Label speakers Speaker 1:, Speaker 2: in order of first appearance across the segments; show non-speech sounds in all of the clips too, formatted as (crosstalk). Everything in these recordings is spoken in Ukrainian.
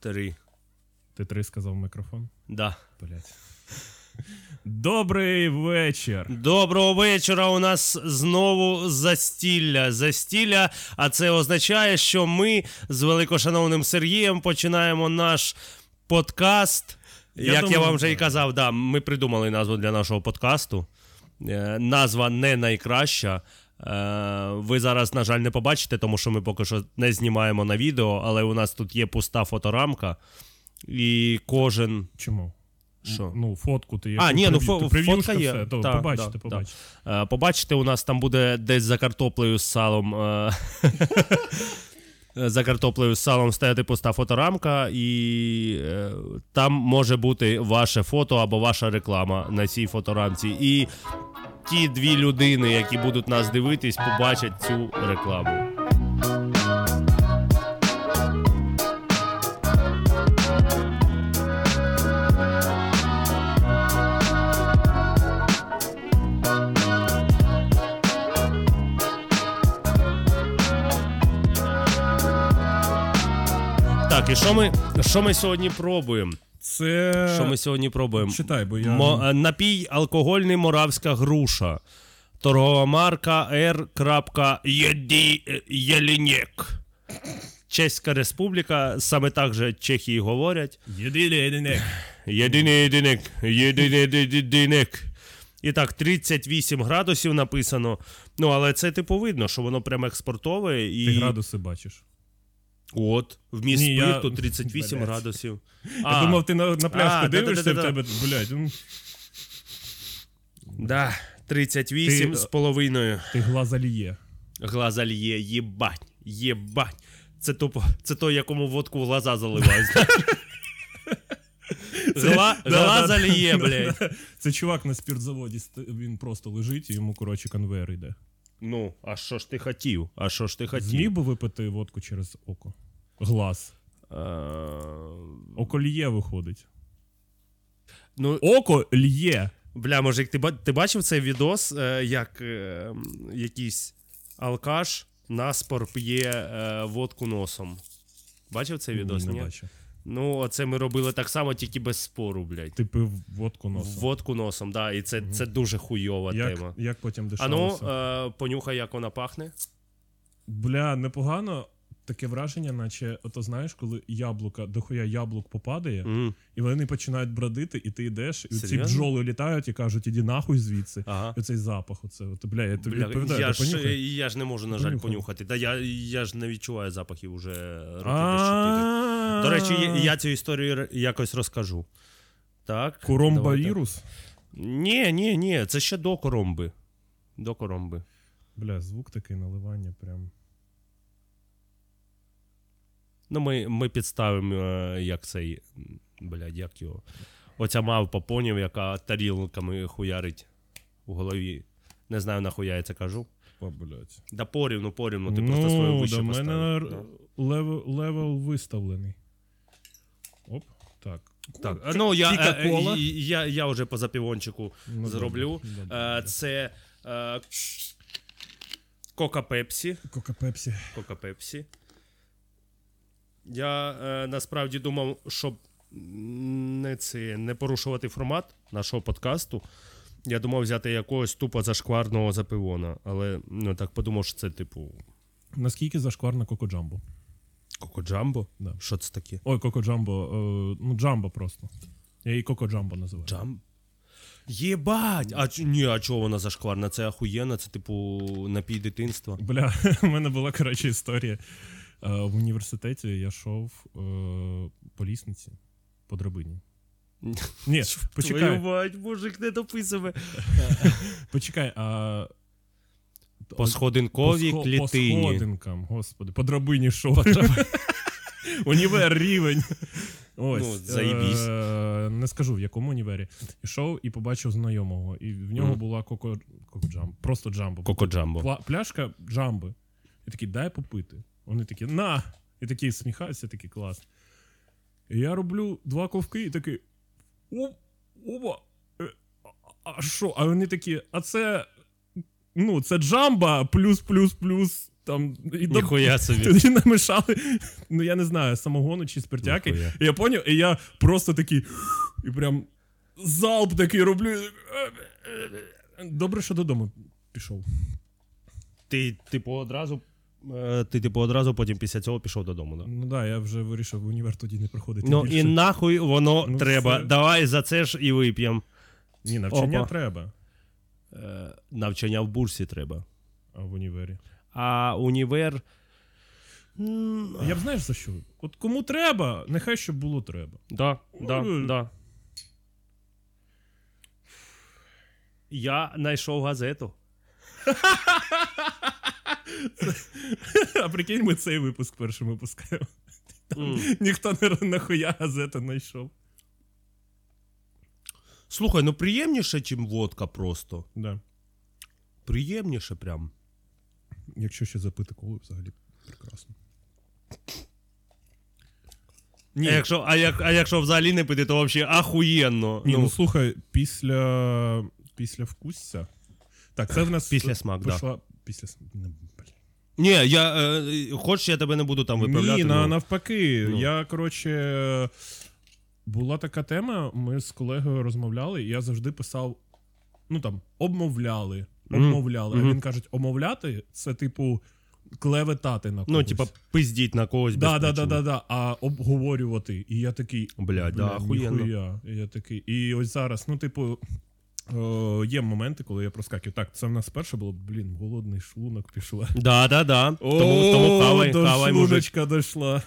Speaker 1: Три.
Speaker 2: Ти три сказав в мікрофон.
Speaker 1: Да.
Speaker 2: Блять. Добрий вечір.
Speaker 1: Доброго вечора. У нас знову застілля. Застілля, а це означає, що ми з великошановним Сергієм починаємо наш подкаст.
Speaker 2: Я
Speaker 1: Як я
Speaker 2: думаю,
Speaker 1: вам вже і
Speaker 2: да.
Speaker 1: казав, да, ми придумали назву для нашого подкасту. Е, Назва не найкраща. Е, Ви зараз, на жаль, не побачите, тому що ми поки що не знімаємо на відео, але у нас тут є пуста фоторамка, і кожен.
Speaker 2: Чому?
Speaker 1: Що?
Speaker 2: Ну, фотку ти
Speaker 1: А,
Speaker 2: яку
Speaker 1: ні, ну,
Speaker 2: прев'ю-
Speaker 1: фо-
Speaker 2: ти прев'юшка
Speaker 1: фотка є.
Speaker 2: все, то
Speaker 1: Та,
Speaker 2: побачите,
Speaker 1: да,
Speaker 2: побачите.
Speaker 1: Е, Побачите, у нас там буде десь за картоплею з салом. е, (laughs) За картоплею з салом стояти пуста фоторамка, і е, там може бути ваше фото або ваша реклама на цій фоторамці. І ті дві людини, які будуть нас дивитись, побачать цю рекламу. Так, і що ми, що ми сьогодні пробуємо?
Speaker 2: Це.
Speaker 1: Що ми сьогодні пробуємо?
Speaker 2: Читай, бо я.
Speaker 1: Мо, е, напій алкогольний моравська груша. Торгова марка R.Єді е, Єлінєк. Чеська республіка, саме так же Чехії говорять.
Speaker 2: Єдиний єдиний.
Speaker 1: Єдиний єдиник, єдиний єдиник. І так, 38 градусів написано. Ну, але це типу видно, що воно прям експортове і.
Speaker 2: Ти градуси бачиш.
Speaker 1: От, в міст
Speaker 2: Ні, я-
Speaker 1: спирту 38
Speaker 2: Блядь.
Speaker 1: градусів.
Speaker 2: Я думав, ти на, на пляшку
Speaker 1: А,
Speaker 2: дивишся, і в
Speaker 1: да-да-да-да.
Speaker 2: тебе, блядь, ну,
Speaker 1: да, 38
Speaker 2: Ти-
Speaker 1: з половиною.
Speaker 2: ти глаза ліє.
Speaker 1: Глазальє, єбать, єбать. Це тупо, це той, якому водку в глаза заливають. знаєш. Гла,
Speaker 2: да, да,
Speaker 1: глазальє,
Speaker 2: да,
Speaker 1: блядь.
Speaker 2: (laughs) Це чувак на спіртзаводі, ст- він просто лежить і йому, коротше, конвейер йде.
Speaker 1: Ну, а що ж ти хотів? А що ж ти
Speaker 2: Зміг
Speaker 1: хотів?
Speaker 2: би випити водку через око? Глаз.
Speaker 1: Е,
Speaker 2: Око льє виходить.
Speaker 1: Ну,
Speaker 2: Око льє.
Speaker 1: бля, мужик, ти, ба- ти бачив цей відос, е, як е, м, якийсь алкаш наспор п'є е, водку носом. Бачив цей відос?
Speaker 2: Ні,
Speaker 1: Ні,
Speaker 2: не бачу.
Speaker 1: Ну, це ми робили так само, тільки без спору, блядь.
Speaker 2: Ти пив водку носом.
Speaker 1: Водку носом, да, і це, це дуже хуйова тема.
Speaker 2: Як, як потім
Speaker 1: Ану,
Speaker 2: дешевося?
Speaker 1: е, понюхай, як вона пахне.
Speaker 2: Бля, непогано. Таке враження, наче, ото знаєш, коли яблука, дохуя яблук попадає, і вони починають бродити, і ти йдеш, і ці
Speaker 1: Серйозно?
Speaker 2: бджоли літають і кажуть, іди нахуй звідси.
Speaker 1: Ага.
Speaker 2: І Оцей запах, оце. От, бля, я тобі
Speaker 1: Бля,
Speaker 2: відповідаю,
Speaker 1: я,
Speaker 2: ти
Speaker 1: ж,
Speaker 2: понюхай.
Speaker 1: я ж не можу, на жаль,
Speaker 2: Понюхай.
Speaker 1: понюхати. Та я, я ж не відчуваю запахів уже років десь чотири.
Speaker 2: А-а-а.
Speaker 1: До речі, я- я цю історію р- якось розкажу. Так. давайте.
Speaker 2: Коромбавірус?
Speaker 1: Ні, ні, ні, це ще до коромби. До коромби.
Speaker 2: Бля, звук такий наливання прям.
Speaker 1: Ну, ми, ми підставимо, е, як цей. м, Блядь, як його. Оця мавпа понів, яка тарілками хуярить у голові. Не знаю, нахуя я це кажу.
Speaker 2: О, блядь.
Speaker 1: Да порівну, порівну, Ну, ти просто свою вище
Speaker 2: до Ну, мене
Speaker 1: поставив. Ну, Да.
Speaker 2: левел, левел виставлений. Оп, так.
Speaker 1: Так, е, ну я,
Speaker 2: Тільки
Speaker 1: е, е,
Speaker 2: кола.
Speaker 1: і- і- я, я вже по запівончику
Speaker 2: Ну,
Speaker 1: зроблю.
Speaker 2: добре, добре,
Speaker 1: Е,
Speaker 2: добре.
Speaker 1: Це е, Кока-Пепсі.
Speaker 2: Кока-пепсі.
Speaker 1: Кока-Пепсі. Я е, насправді думав, щоб не, це, не порушувати формат нашого подкасту. Я думав взяти якогось тупо зашкварного запивона, але ну, так подумав, що це типу
Speaker 2: Наскільки зашкварна Коко-Джамбо?
Speaker 1: Коко-Джамбо.
Speaker 2: Да.
Speaker 1: Що це таке?
Speaker 2: Ой, Коко-Джамбо, е, ну Джамбо просто. Я її Коко-Джамбо називаю.
Speaker 1: Джам. Єбать! А чо- ні, а чого вона зашкварна? Це ахуєнна, це типу напій дитинства.
Speaker 2: Бля, (laughs) в мене була, коротше, історія. Е, в університеті я йшов е, по лісниці, по драбині. Ні,
Speaker 1: (laughs) Твою
Speaker 2: почекай,
Speaker 1: мать, мужик не дописує.
Speaker 2: почекай, а
Speaker 1: По сходинковій
Speaker 2: схо- По
Speaker 1: клітині.
Speaker 2: сходинкам, господи, по драбині йшов. (laughs) Універ рівень. Ось.
Speaker 1: Ну, заєбісь.
Speaker 2: Е, Не скажу в якому універі. Ішов і побачив знайомого. І в нього
Speaker 1: Мгм.
Speaker 2: була коко коко джамбо. Просто джамбо.
Speaker 1: Коко-джамбо.
Speaker 2: Пла- Пляшка джамби. І такий, дай попити. Вони такі, на! І такий сміхався, такий клас. І я роблю два ковки і такий. «О, Оба! е, а- А що? А вони такі, а це. Ну, це джамба плюс плюс плюс там і до (laughs)
Speaker 1: Ніхуя собі.
Speaker 2: тоді намішали, ну я не знаю, самогону чи спиртяки.
Speaker 1: Ніхуя.
Speaker 2: І я поняв, і я просто такий, і прям залп такий роблю. Добре, що додому пішов.
Speaker 1: Ти, типу, одразу. е, Ти, типу, одразу потім після цього пішов додому, да?
Speaker 2: Ну так, да, я вже вирішив в універ тоді не приходити.
Speaker 1: типу. Ну
Speaker 2: більше.
Speaker 1: і нахуй воно
Speaker 2: Ну,
Speaker 1: треба.
Speaker 2: все.
Speaker 1: Давай за це ж і вип'єм.
Speaker 2: Ні, навчання
Speaker 1: Опа.
Speaker 2: треба,
Speaker 1: Е, навчання в бурсі треба.
Speaker 2: а в універі.
Speaker 1: А універ. М,
Speaker 2: Я б знаєш за що? От кому треба, нехай щоб було треба.
Speaker 1: Да, да,
Speaker 2: Ну,
Speaker 1: да. Я знайшов газету.
Speaker 2: (laughs) А прикинь, ми цей випуск першим випускаємо. (laughs)
Speaker 1: М.
Speaker 2: Ніхто не нахуя газету знайшов.
Speaker 1: Слухай, ну приємніше, чим водка просто.
Speaker 2: Да.
Speaker 1: Приємніше прям.
Speaker 2: Якщо ще запити коло, взагалі прекрасно.
Speaker 1: Ні. А, якщо, а, як, а якщо взагалі не пити, то взагалі ахуєнно.
Speaker 2: Ні, ну,
Speaker 1: ну,
Speaker 2: слухай, після. Після вкусся. Так, це в нас
Speaker 1: Після смак, да.
Speaker 2: пішла... Після см- не, блін.
Speaker 1: ні, я е, хоч я тебе не буду там виправляти.
Speaker 2: Ні,
Speaker 1: ну.
Speaker 2: на, навпаки.
Speaker 1: Ну.
Speaker 2: Я, коротше, була така тема, ми з колегою розмовляли, і я завжди писав: ну там, обмовляли.
Speaker 1: Мгм.
Speaker 2: Обмовляли.
Speaker 1: Мгм.
Speaker 2: А він каже, обмовляти це типу клеветати на когось.
Speaker 1: Ну, типа, пиздіть на когось. без
Speaker 2: Да, да, да,
Speaker 1: причини.
Speaker 2: да, да. А обговорювати. І я такий.
Speaker 1: Блядь, да,
Speaker 2: «Бля,
Speaker 1: ахуєнно.
Speaker 2: ніхуя». І Я такий. І ось зараз, ну, типу, е, є моменти, коли я проскакив. Так, це в нас перше було, блін, голодний шлунок пішла.
Speaker 1: Да, да, да. Тому, тому кавай,
Speaker 2: О, до
Speaker 1: кавай, мужик.
Speaker 2: шлуночка дійшла.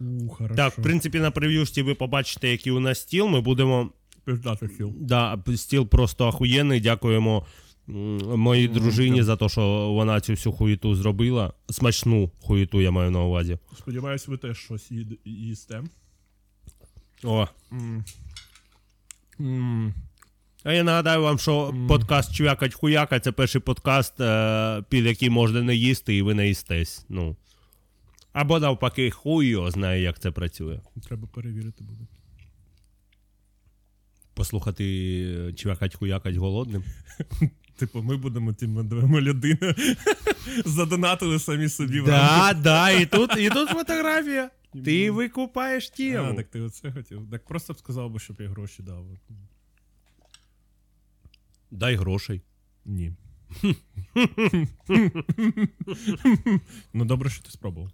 Speaker 2: У, хорошо.
Speaker 1: Так, в принципі, на прев'юшці ви побачите, який у нас стіл. Ми будемо.
Speaker 2: Пиздато сіл.
Speaker 1: Да, стіл просто ахуєнний. Дякуємо м, моїй дружині за те, що вона цю всю хуєту зробила. Смачну хуєту, я маю на увазі.
Speaker 2: Сподіваюсь, ви теж щось їд- їсте.
Speaker 1: О.
Speaker 2: М. М.
Speaker 1: А Ну, я нагадаю вам, що подкаст Чвякать хуяка це перший подкаст, е, під який можна не їсти, і ви не їстесь. Ну. Або навпаки, хуй його знає, як це працює.
Speaker 2: Треба перевірити буде.
Speaker 1: Послухати е, Чвякать хуякать голодним.
Speaker 2: Типу, ми будемо тим медвемо людина. (laughs) Задонатили самі собі в рамках
Speaker 1: Да, да, і тут, і тут фотографія. Ти викупаєш
Speaker 2: А,
Speaker 1: тему.
Speaker 2: так ти оце хотів. Так просто б сказав би, щоб я гроші дав.
Speaker 1: Дай грошей.
Speaker 2: (laughs) Ні. ну добре, що ти спробував.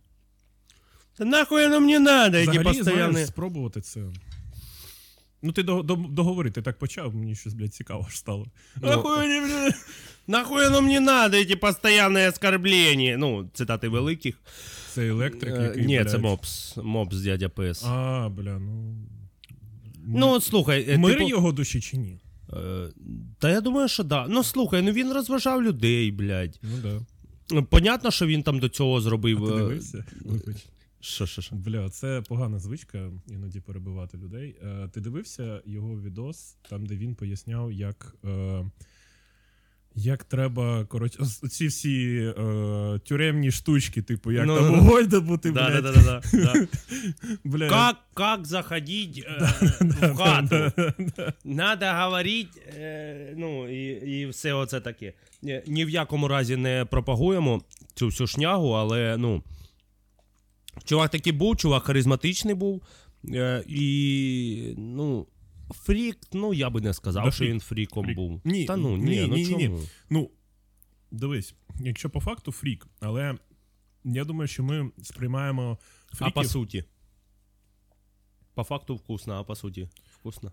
Speaker 1: Та нахуй воно мені надо, які
Speaker 2: Взагалі,
Speaker 1: постоянні.
Speaker 2: знаєш, спробувати це. Ну, ти до, до, договори, ти так почав, мені щось, блядь, цікаво ж стало.
Speaker 1: Нахуй воно мені- Нахуй воно мені надо, эти постоянні оскорблення. Ну, цитати великих.
Speaker 2: Це електрик,
Speaker 1: Е,
Speaker 2: який.
Speaker 1: Ні,
Speaker 2: блядь.
Speaker 1: це мопс. Мопс дядя ПС.
Speaker 2: А, бля, ну.
Speaker 1: Ну, от слухай, е,
Speaker 2: Мир
Speaker 1: типу,
Speaker 2: його душі чи ні?
Speaker 1: е, та я думаю, що да. Ну слухай, ну він розважав людей, блядь.
Speaker 2: Ну да.
Speaker 1: Ну, Понятно, що він там до цього
Speaker 2: А
Speaker 1: зробив.
Speaker 2: ти
Speaker 1: е,
Speaker 2: дивився? Вибач.
Speaker 1: Що, що, що?
Speaker 2: Бля, це погана звичка іноді перебивати людей. Е, ти дивився його відос, там, де він поясняв, як, е, як треба коротше, з- ці всі е, тюремні штучки, типу, як
Speaker 1: Ну,
Speaker 2: там
Speaker 1: ну, ну.
Speaker 2: вогонь добути,
Speaker 1: Да, да,
Speaker 2: блядь.
Speaker 1: да, да, да, да.
Speaker 2: бля.
Speaker 1: Как, как заходить э, в хату? Надо говорить, е, ну і, і все оце таке. Ні, ні в якому разі не пропагуємо цю всю шнягу, але ну. Чувак такий був, чувак харизматичний був. Е, і ну. Фрік, ну я би не сказав,
Speaker 2: Да,
Speaker 1: що
Speaker 2: фрік,
Speaker 1: він фріком
Speaker 2: фрік.
Speaker 1: був.
Speaker 2: Ні,
Speaker 1: Та ну ні,
Speaker 2: ні,
Speaker 1: ну
Speaker 2: ні, ні, ні.
Speaker 1: чому?
Speaker 2: Ну, дивись, якщо по факту фрік, але я думаю, що ми сприймаємо
Speaker 1: А по
Speaker 2: фріків.
Speaker 1: суті. По факту вкусно, а по суті. Вкусно.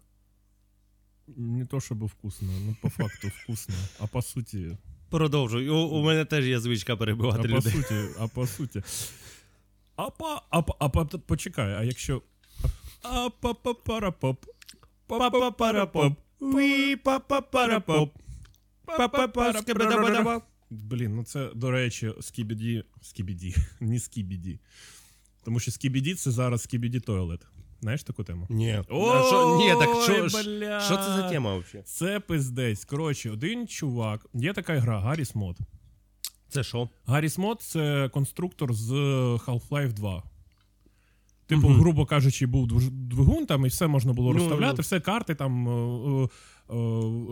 Speaker 2: не то, щоб вкусно, ну по факту вкусно, а по суті.
Speaker 1: Продовжуй. У, у мене теж є звичка перебивати
Speaker 2: А по
Speaker 1: людей.
Speaker 2: суті, а по суті. А по, а по, а по, почекай, а якщо. А па па пара поп. Па па пара поп.
Speaker 1: Уі, па-па-пара-поп. Па-па-пара-скебедабадаба.
Speaker 2: Блін, ну це, до речі, скібіді. Скібіді. (laughs) Не скібіді. Тому що скібіді це зараз скібіді туалет. Знаєш таку тему?
Speaker 1: Ні.
Speaker 2: Ой,
Speaker 1: А що- Ні, так що ж-
Speaker 2: бля.
Speaker 1: що це за тема взагалі?
Speaker 2: Це пиздець. Коротше, один чувак. Є така гра Гарріс Мод.
Speaker 1: Це що?
Speaker 2: Гарріс Мод це конструктор з Half-Life 2. е, Типу,
Speaker 1: Мгм.
Speaker 2: грубо кажучи, був движ- двигун, там і все можна було
Speaker 1: Ну,
Speaker 2: розставляти,
Speaker 1: ну.
Speaker 2: все карти там. е, е, е,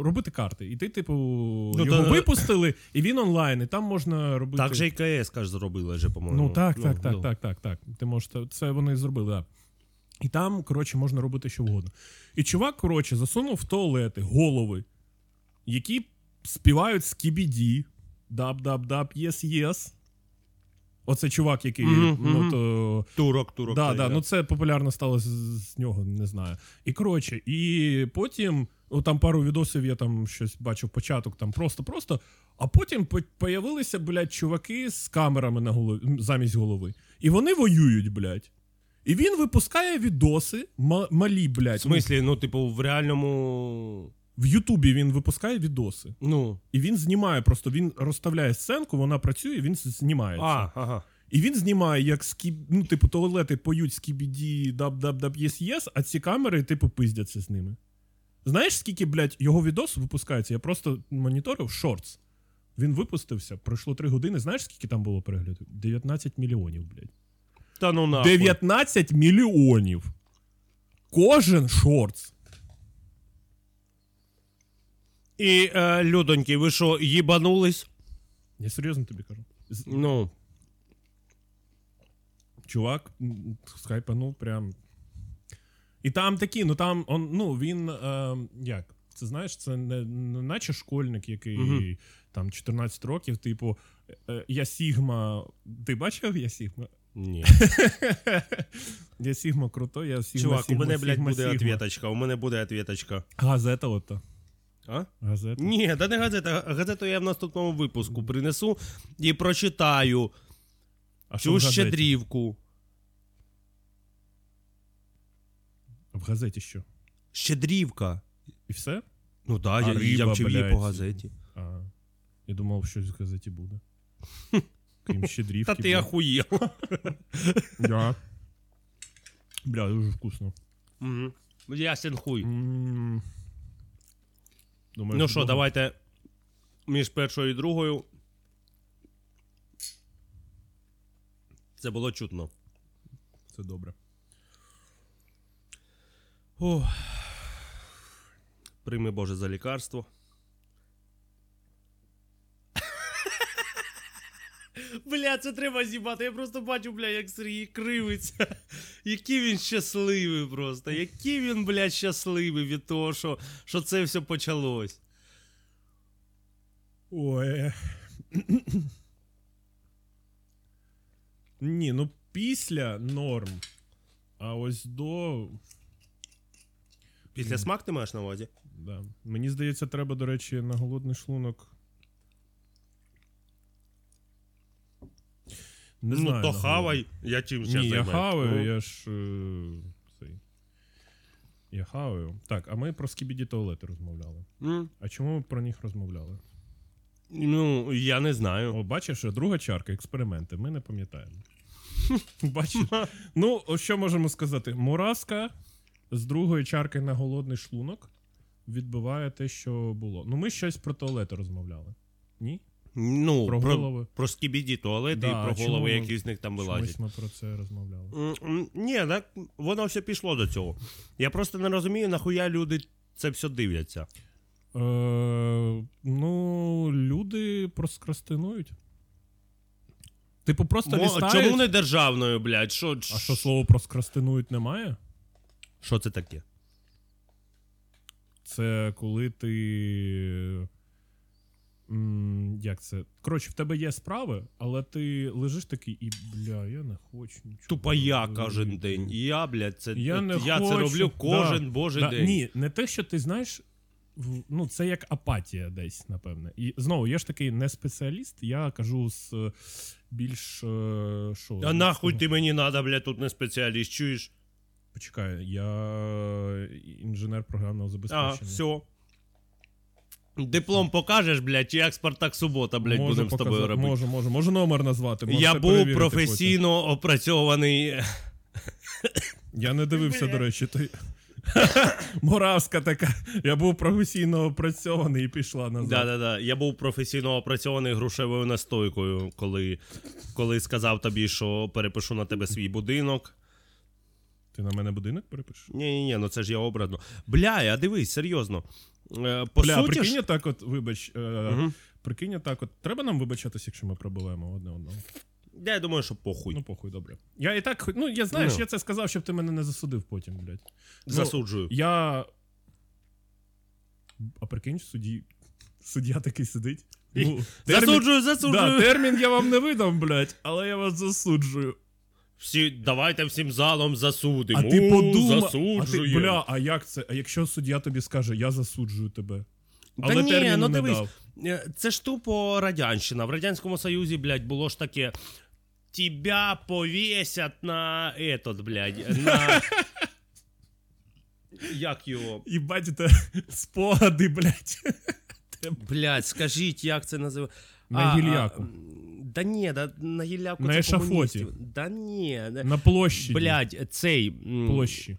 Speaker 2: Робити карти. І ти, типу, його
Speaker 1: Ну, та- е.
Speaker 2: випустили, і він онлайн, і там можна робити.
Speaker 1: Так же і КС, каже, зробила же, по-моєму.
Speaker 2: Ну так, так, так,
Speaker 1: ну.
Speaker 2: так, так, так. Ти можеш та- це вони зробили, так. І там, коротше, можна робити що вгодно. І чувак, коротше, засунув в туалети голови, які співають скібіді. Даб-даб-даб, єс-єс. Оце чувак, який,
Speaker 1: Мгм,
Speaker 2: ну
Speaker 1: мгм.
Speaker 2: то.
Speaker 1: Турок, турок.
Speaker 2: Да,
Speaker 1: цей,
Speaker 2: да, ну це популярно стало з, з нього, не знаю. І коротше, і потім, ну там пару відосів я там щось бачив, початок там просто-просто. А потім по- появилися, блядь, чуваки з камерами на голові м, замість голови. І вони воюють, блядь. І він випускає відоси ма- малі,
Speaker 1: В
Speaker 2: блядь. ну,
Speaker 1: смислі, ну, типу, в реальному.
Speaker 2: в Ютубі він випускає відоси.
Speaker 1: Ну.
Speaker 2: І він знімає, просто він розставляє сценку, вона працює, він з- знімає. це.
Speaker 1: А, ага.
Speaker 2: І він знімає, як скіб... ну, типу, туалети поють скібіді даб даб даб єс єс, а ці камери, типу, пиздяться з ними. Знаєш, скільки, блядь, його відос випускається? Я просто моніторив шортс. Він випустився, пройшло 3 години. Знаєш, скільки там було переглядів? 19 мільйонів, блядь.
Speaker 1: Та ну нахуй.
Speaker 2: 19 мільйонів. Кожен шортс.
Speaker 1: І, е, людоньки, ви що, їбанулись?
Speaker 2: Я серйозно тобі кажу. З-
Speaker 1: Ну.
Speaker 2: чувак м, скайпанув прям. І там такі, ну там он, ну він е, як? Це знаєш, це не, не наче школьник, який
Speaker 1: Мгм.
Speaker 2: там 14 років, типу, е, я Сігма. Ти бачив я Сігма? (laughs)
Speaker 1: Ні.
Speaker 2: Я Сігма круто, я Сігма.
Speaker 1: Чувак, у
Speaker 2: Сігма,
Speaker 1: мене, блядь,
Speaker 2: Сігма,
Speaker 1: буде
Speaker 2: Сігма.
Speaker 1: ответочка, у мене буде ответочка.
Speaker 2: Газета ота.
Speaker 1: А?
Speaker 2: Газета.
Speaker 1: Ні, та не газета. Газету я в наступному випуску принесу і прочитаю
Speaker 2: А що в
Speaker 1: цю
Speaker 2: газеті?
Speaker 1: щедрівку.
Speaker 2: В газеті що?
Speaker 1: Щедрівка.
Speaker 2: І все?
Speaker 1: Ну да,
Speaker 2: А
Speaker 1: я, я
Speaker 2: риба,
Speaker 1: вчив її
Speaker 2: блядь.
Speaker 1: по газеті.
Speaker 2: А, я думав, щось в
Speaker 1: (laughs)
Speaker 2: газеті буде. Крім
Speaker 1: Та
Speaker 2: щедрівки.
Speaker 1: ти
Speaker 2: блядь.
Speaker 1: ахуєв.
Speaker 2: Да. Бля, дуже вкусно. М-м-м.
Speaker 1: Мгм. Ясен хуй.
Speaker 2: М. Думаю,
Speaker 1: Ну що,
Speaker 2: вдома.
Speaker 1: давайте між першою і другою. Це було чутно.
Speaker 2: Це добре.
Speaker 1: Ох. Прийми Боже за лікарство. Бля, це треба зібати. Я просто бачу, бля, як Сергій кривиться. Який він щасливий просто. Який він, бля, щасливий від того, що, що це все почалось.
Speaker 2: Ой. Ні, ну після норм. А ось до.
Speaker 1: Після смак ти маєш на увазі?
Speaker 2: Да. Мені здається, треба, до речі, на голодний шлунок. Не
Speaker 1: ну
Speaker 2: знаю,
Speaker 1: то
Speaker 2: на
Speaker 1: хавай, я чим
Speaker 2: голодний.
Speaker 1: ще
Speaker 2: Ні, я
Speaker 1: займаюсь?
Speaker 2: хаваю,
Speaker 1: Ну,
Speaker 2: я ж. е, Цей. Я хаваю. Так, а ми про скібіді туалети розмовляли.
Speaker 1: м,
Speaker 2: А чому ми про них розмовляли?
Speaker 1: Ну, я не знаю.
Speaker 2: О, бачиш, друга чарка, експерименти. Ми не пам'ятаємо. (laughs) бачиш? Ну, о, що можемо сказати? Мураска з другої чарки на голодний шлунок відбиває те, що було. Ну, ми щось про туалети розмовляли. Ні?
Speaker 1: Ну,
Speaker 2: Про
Speaker 1: про,
Speaker 2: голови.
Speaker 1: про, скібіді туалети
Speaker 2: Да,
Speaker 1: і про
Speaker 2: чому
Speaker 1: голови,
Speaker 2: ми-
Speaker 1: які з них там
Speaker 2: Чомусь
Speaker 1: вилазять.
Speaker 2: ми про це розмовляли.
Speaker 1: М, м, Ні, так воно все пішло до цього. Я просто не розумію, нахуя люди це все дивляться.
Speaker 2: Е, ну, люди проскрастинують. Типу, просто
Speaker 1: Мо-
Speaker 2: лістають.
Speaker 1: чому не державною, блядь? Що,
Speaker 2: А що слово проскрастинують немає?
Speaker 1: що це таке?
Speaker 2: Це коли ти. м, Як це? Коротше, в тебе є справи, але ти лежиш такий, і бля, я не хочу нічого.
Speaker 1: Тупая
Speaker 2: робити».
Speaker 1: кожен день. Я, блядь, це
Speaker 2: Я не
Speaker 1: я
Speaker 2: хочу.
Speaker 1: це роблю кожен божий
Speaker 2: Да,
Speaker 1: день.
Speaker 2: Ні, не те, що ти знаєш, в- ну це як апатія десь, напевне. І знову, я ж такий не спеціаліст, я кажу з е, більш. е, Що,
Speaker 1: А нахуй ти мені надо, блядь, тут не спеціаліст, чуєш?
Speaker 2: Почекай, я інженер програмного
Speaker 1: А,
Speaker 2: забезпечення.
Speaker 1: все. Диплом покажеш, блядь, чи як Спартак Субота, блядь,
Speaker 2: Можу
Speaker 1: будемо з тобою
Speaker 2: показати-
Speaker 1: робити.
Speaker 2: Можу, можу, можу номер назвати. можете
Speaker 1: Я був
Speaker 2: перевірити потім.
Speaker 1: професійно опрацьований.
Speaker 2: Я не дивився,
Speaker 1: Бля.
Speaker 2: до речі. Ти... (laughs) Моравська така. Я був професійно опрацьований і пішла назад.
Speaker 1: Да, да, да. Я був професійно опрацьований грушевою настойкою, коли, коли сказав тобі, що перепишу на тебе свій будинок.
Speaker 2: Ти на мене будинок перепишеш?
Speaker 1: Ні, ні, ні, ну це ж я образно. Бля, а дивись, серйозно. Е, По
Speaker 2: Бля,
Speaker 1: суті
Speaker 2: прикинь,
Speaker 1: ж...
Speaker 2: так от, вибач, е,
Speaker 1: Мгм.
Speaker 2: прикинь, так от. Треба нам вибачатись, якщо ми пробиваємо одне одного.
Speaker 1: Я, я думаю, що похуй.
Speaker 2: Ну, похуй, добре. Я і так, хо- ну я знаєш,
Speaker 1: Ну.
Speaker 2: я це сказав, щоб ти мене не засудив потім, блядь. Ну,
Speaker 1: Засуджую.
Speaker 2: Я. А прикинь, судді... суддя такий сидить. (laughs)
Speaker 1: І-
Speaker 2: Ну,
Speaker 1: Засуджую,
Speaker 2: Да,
Speaker 1: засуджую.
Speaker 2: термін я вам не видам, блядь, але я вас засуджую.
Speaker 1: Всі, давайте всім залом засудимо.
Speaker 2: А ти
Speaker 1: У,
Speaker 2: подумай, а ти,
Speaker 1: Засуджуємо.
Speaker 2: бля, а як це? А якщо суддя тобі скаже, я засуджую тебе.
Speaker 1: Та
Speaker 2: Але
Speaker 1: ні,
Speaker 2: терміну
Speaker 1: ну
Speaker 2: не
Speaker 1: дивись,
Speaker 2: дав.
Speaker 1: Е, Це ж тупо радянщина. В Радянському Союзі, блядь, було ж таке. Тебя повесят на этот, блядь, (laughs) на... Як його?
Speaker 2: Їбать, це (laughs) спогади, блядь.
Speaker 1: Блядь, скажіть, як це називається?
Speaker 2: На гільяку.
Speaker 1: Да ні, да, на гільяку
Speaker 2: На
Speaker 1: це
Speaker 2: ешафоті.
Speaker 1: комуністів. Да ні. да.
Speaker 2: На площі.
Speaker 1: Блядь, цей... м,
Speaker 2: Площі.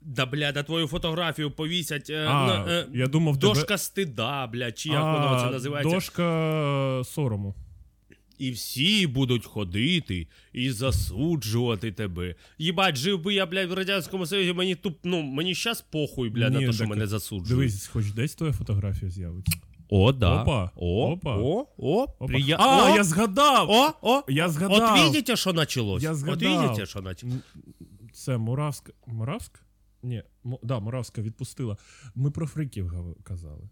Speaker 1: Да, блядь, да твою фотографію повісять. е,
Speaker 2: А,
Speaker 1: на, е,
Speaker 2: я думав, тебе-
Speaker 1: дошка стида, блядь, чи як
Speaker 2: а,
Speaker 1: воно це називається.
Speaker 2: Дошка сорому.
Speaker 1: І всі будуть ходити і засуджувати тебе. Їбать, жив би я, блядь, в Радянському Союзі, мені туп, ну, мені щас похуй, блядь,
Speaker 2: Ні,
Speaker 1: на те, що
Speaker 2: так,
Speaker 1: мене засуджують.
Speaker 2: Дивись, хоч десь твоя фотографія з'явиться.
Speaker 1: О, да.
Speaker 2: Опа,
Speaker 1: О,
Speaker 2: опа.
Speaker 1: О, о,
Speaker 2: Опа.
Speaker 1: прия-
Speaker 2: А,
Speaker 1: о,
Speaker 2: я згадав!
Speaker 1: о, о.
Speaker 2: Я згадав!
Speaker 1: От видите, що началось?
Speaker 2: Я
Speaker 1: От
Speaker 2: згадав.
Speaker 1: видите, що началось?
Speaker 2: Це Муравська. Муравськ? Ні, Мо- да, Муравська відпустила. Ми про фриків гав- казали.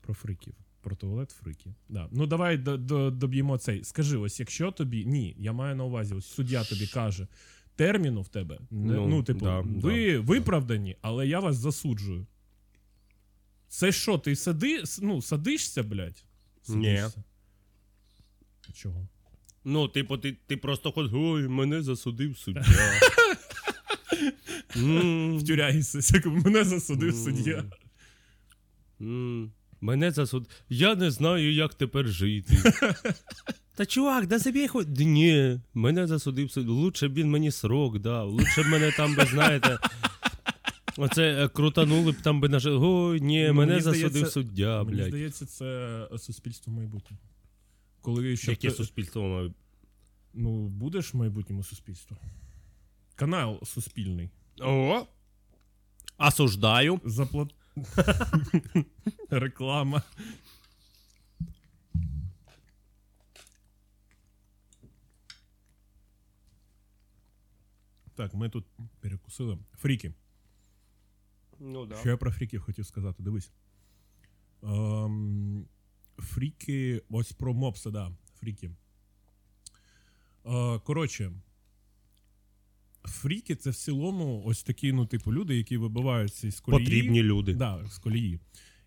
Speaker 2: Про фриків. Про туалет фриків. Да. Ну давай до, до, доб'ємо цей. Скажи, ось якщо тобі. Ні, я маю на увазі, ось суддя тобі каже. Терміну в тебе. не-
Speaker 1: Ну,
Speaker 2: Ну, типу,
Speaker 1: да,
Speaker 2: ви виправдані, але я вас засуджую. Це що, ти сади, с- ну, садишся, блядь?
Speaker 1: Ні.
Speaker 2: Садишся. Чого?
Speaker 1: Ну, типу, ти, ти просто ходиш, ой, мене засудив
Speaker 2: (laughs)
Speaker 1: суддя. М,
Speaker 2: Втюряєшся, (laughs) як мене засудив суддя.
Speaker 1: м, Мене засуд. Я не знаю, як тепер
Speaker 2: (laughs)
Speaker 1: жити. Та чувак, да забій хоч. Да Ні, мене засудив суд. Лучше б він мені срок дав. Лучше б мене там би,
Speaker 2: (laughs)
Speaker 1: знаєте. Оце е, крутанули б там би на жи- Ой, ні,
Speaker 2: Ну,
Speaker 1: мене
Speaker 2: мені
Speaker 1: засудив
Speaker 2: здається-
Speaker 1: суддя,
Speaker 2: Мені
Speaker 1: блядь.
Speaker 2: здається, це е, суспільство майбутнього. Коли щоб
Speaker 1: Яке
Speaker 2: ти-
Speaker 1: суспільство має.
Speaker 2: ну, будеш в майбутньому суспільству. Канал суспільний.
Speaker 1: О! Осуждаю.
Speaker 2: Заплат... (laughs) Реклама. Так, ми тут перекусили. Фріки.
Speaker 1: Ну да.
Speaker 2: Що я про фріків хотів сказати, дивись. Ем, фріки, ось про мопса, да, фріки. Е, коротше, фріки це в цілому ось такі, ну, типу, люди, які вибиваються із колії.
Speaker 1: Потрібні люди.
Speaker 2: Да, з колії.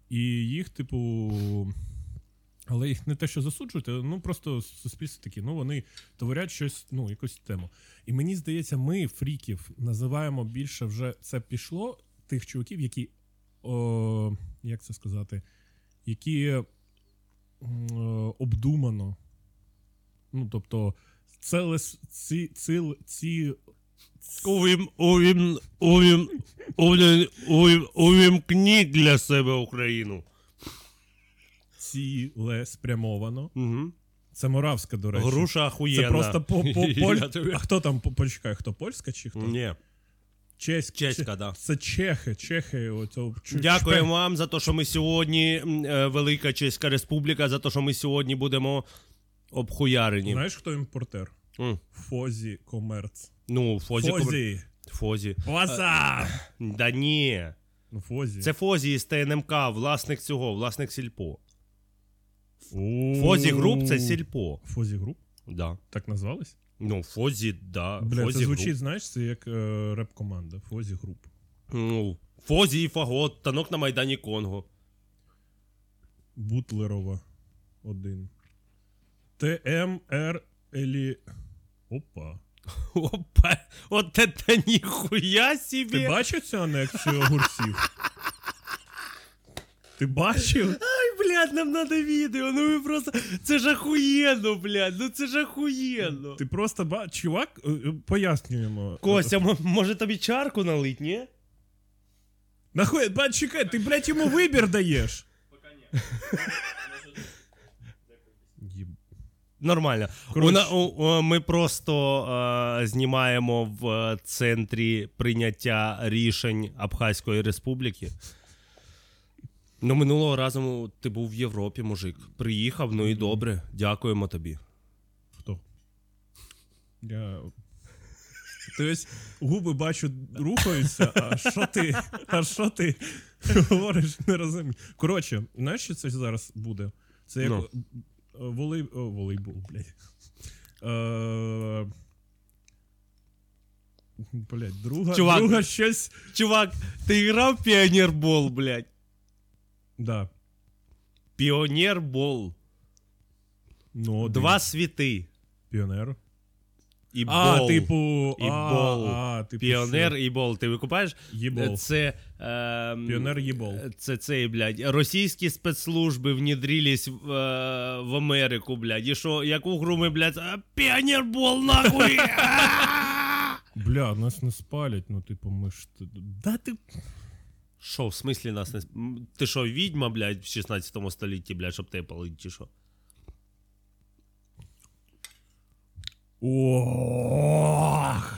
Speaker 2: І їх, типу. Але їх не те, що засуджують, а, ну просто суспільство такі, ну вони творять щось, ну, якусь тему. І мені здається, ми фріків називаємо більше вже це пішло тих чуваків, які. О, як це сказати? Які м, е, обдумано. Ну, тобто, це лис- ці, ці, ці
Speaker 1: Увім, увім, увім, увім, увім, увімкніть для себе Україну.
Speaker 2: цілеспрямовано.
Speaker 1: Угу.
Speaker 2: Це Моравська, до речі.
Speaker 1: Груша охуєнна.
Speaker 2: Це просто по,
Speaker 1: (laughs)
Speaker 2: по, поль...
Speaker 1: Я тобі-
Speaker 2: А хто там по- почекай, хто польська чи хто?
Speaker 1: Ні,
Speaker 2: Чеська.
Speaker 1: чеська, да.
Speaker 2: Це чехи, чехи. Оцього... чу-
Speaker 1: Дякую
Speaker 2: шпе-
Speaker 1: вам за те, що ми сьогодні, м, е, Велика Чеська Республіка, за те, що ми сьогодні будемо обхуярені.
Speaker 2: Знаєш, хто імпортер?
Speaker 1: М.
Speaker 2: Фозі Комерц.
Speaker 1: Ну, Фозі. Кобр-
Speaker 2: Фозі.
Speaker 1: Фозі.
Speaker 2: Фоза.
Speaker 1: Да ні.
Speaker 2: Ну, Фозі.
Speaker 1: Це Фозі з ТНМК, власник цього, власник сільпо.
Speaker 2: У.
Speaker 1: Фозі груп це сільпо.
Speaker 2: Фозі груп?
Speaker 1: Да.
Speaker 2: Так назвались?
Speaker 1: Ну, Фозі, да.
Speaker 2: Бля,
Speaker 1: Фозі
Speaker 2: це
Speaker 1: груп.
Speaker 2: звучить, знаєш, це як е, реп-команда. Фозі груп.
Speaker 1: Ну, Фозі і Фагот, танок на Майдані Конго.
Speaker 2: Бутлерова. Один. ТМР Елі. Опа.
Speaker 1: Опа, от це ніхуя
Speaker 2: Ти
Speaker 1: собі.
Speaker 2: бачив цю анексію огурців? Ти бачив?
Speaker 1: Ай, блядь, нам надо відео. Ну ви просто. Це ж ахуєнно, блядь. Ну це ж ахуєнно.
Speaker 2: Ти просто ба... чувак, е, е, пояснюємо.
Speaker 1: Костя, мо- може тобі чарку налить, ні?
Speaker 2: Нахуй, ба, чекай, ти, блядь, йому вибір даєш. Пока ні.
Speaker 1: Нормально.
Speaker 2: Коротше.
Speaker 1: Вона- у- у- ми просто е, знімаємо в е, центрі прийняття рішень Абхазької республіки. Ну, минулого разу ти був в Європі, мужик. Приїхав, ну і добре. Дякуємо тобі.
Speaker 2: Хто? Я... Тобто губи бачу, рухаються, а що ти? А що ти говориш, не розумію. Коротше, знаєш, що це зараз буде? Це як
Speaker 1: Ну.
Speaker 2: е, волей... о, волейбол, блядь. Е... Блядь, друга,
Speaker 1: Чувак.
Speaker 2: друга щось.
Speaker 1: Чувак, ти грав в піонербол, блядь?
Speaker 2: Да.
Speaker 1: Піонербол.
Speaker 2: Ну, один.
Speaker 1: Два світи.
Speaker 2: піонер.
Speaker 1: І бол.
Speaker 2: А, типу.
Speaker 1: І
Speaker 2: а,
Speaker 1: бол.
Speaker 2: А, типу,
Speaker 1: Піонер і бол. Ти викупаєш?
Speaker 2: що? Їбол.
Speaker 1: Це. Е,
Speaker 2: Піонер їбол.
Speaker 1: Це цей, блядь, російські спецслужби внідрілись в, е, в Америку, блядь. І що, яку гру ми, блядь, а, піонербол (laughs) нахуй! А!
Speaker 2: Бля, нас не спалять, ну типу, ми ж. т- Да ти.
Speaker 1: Що, в смислі нас не. с- М, Ти що, відьма, блядь, в 16 столітті, блядь, щоб тебе палить, чи що?
Speaker 2: Ох.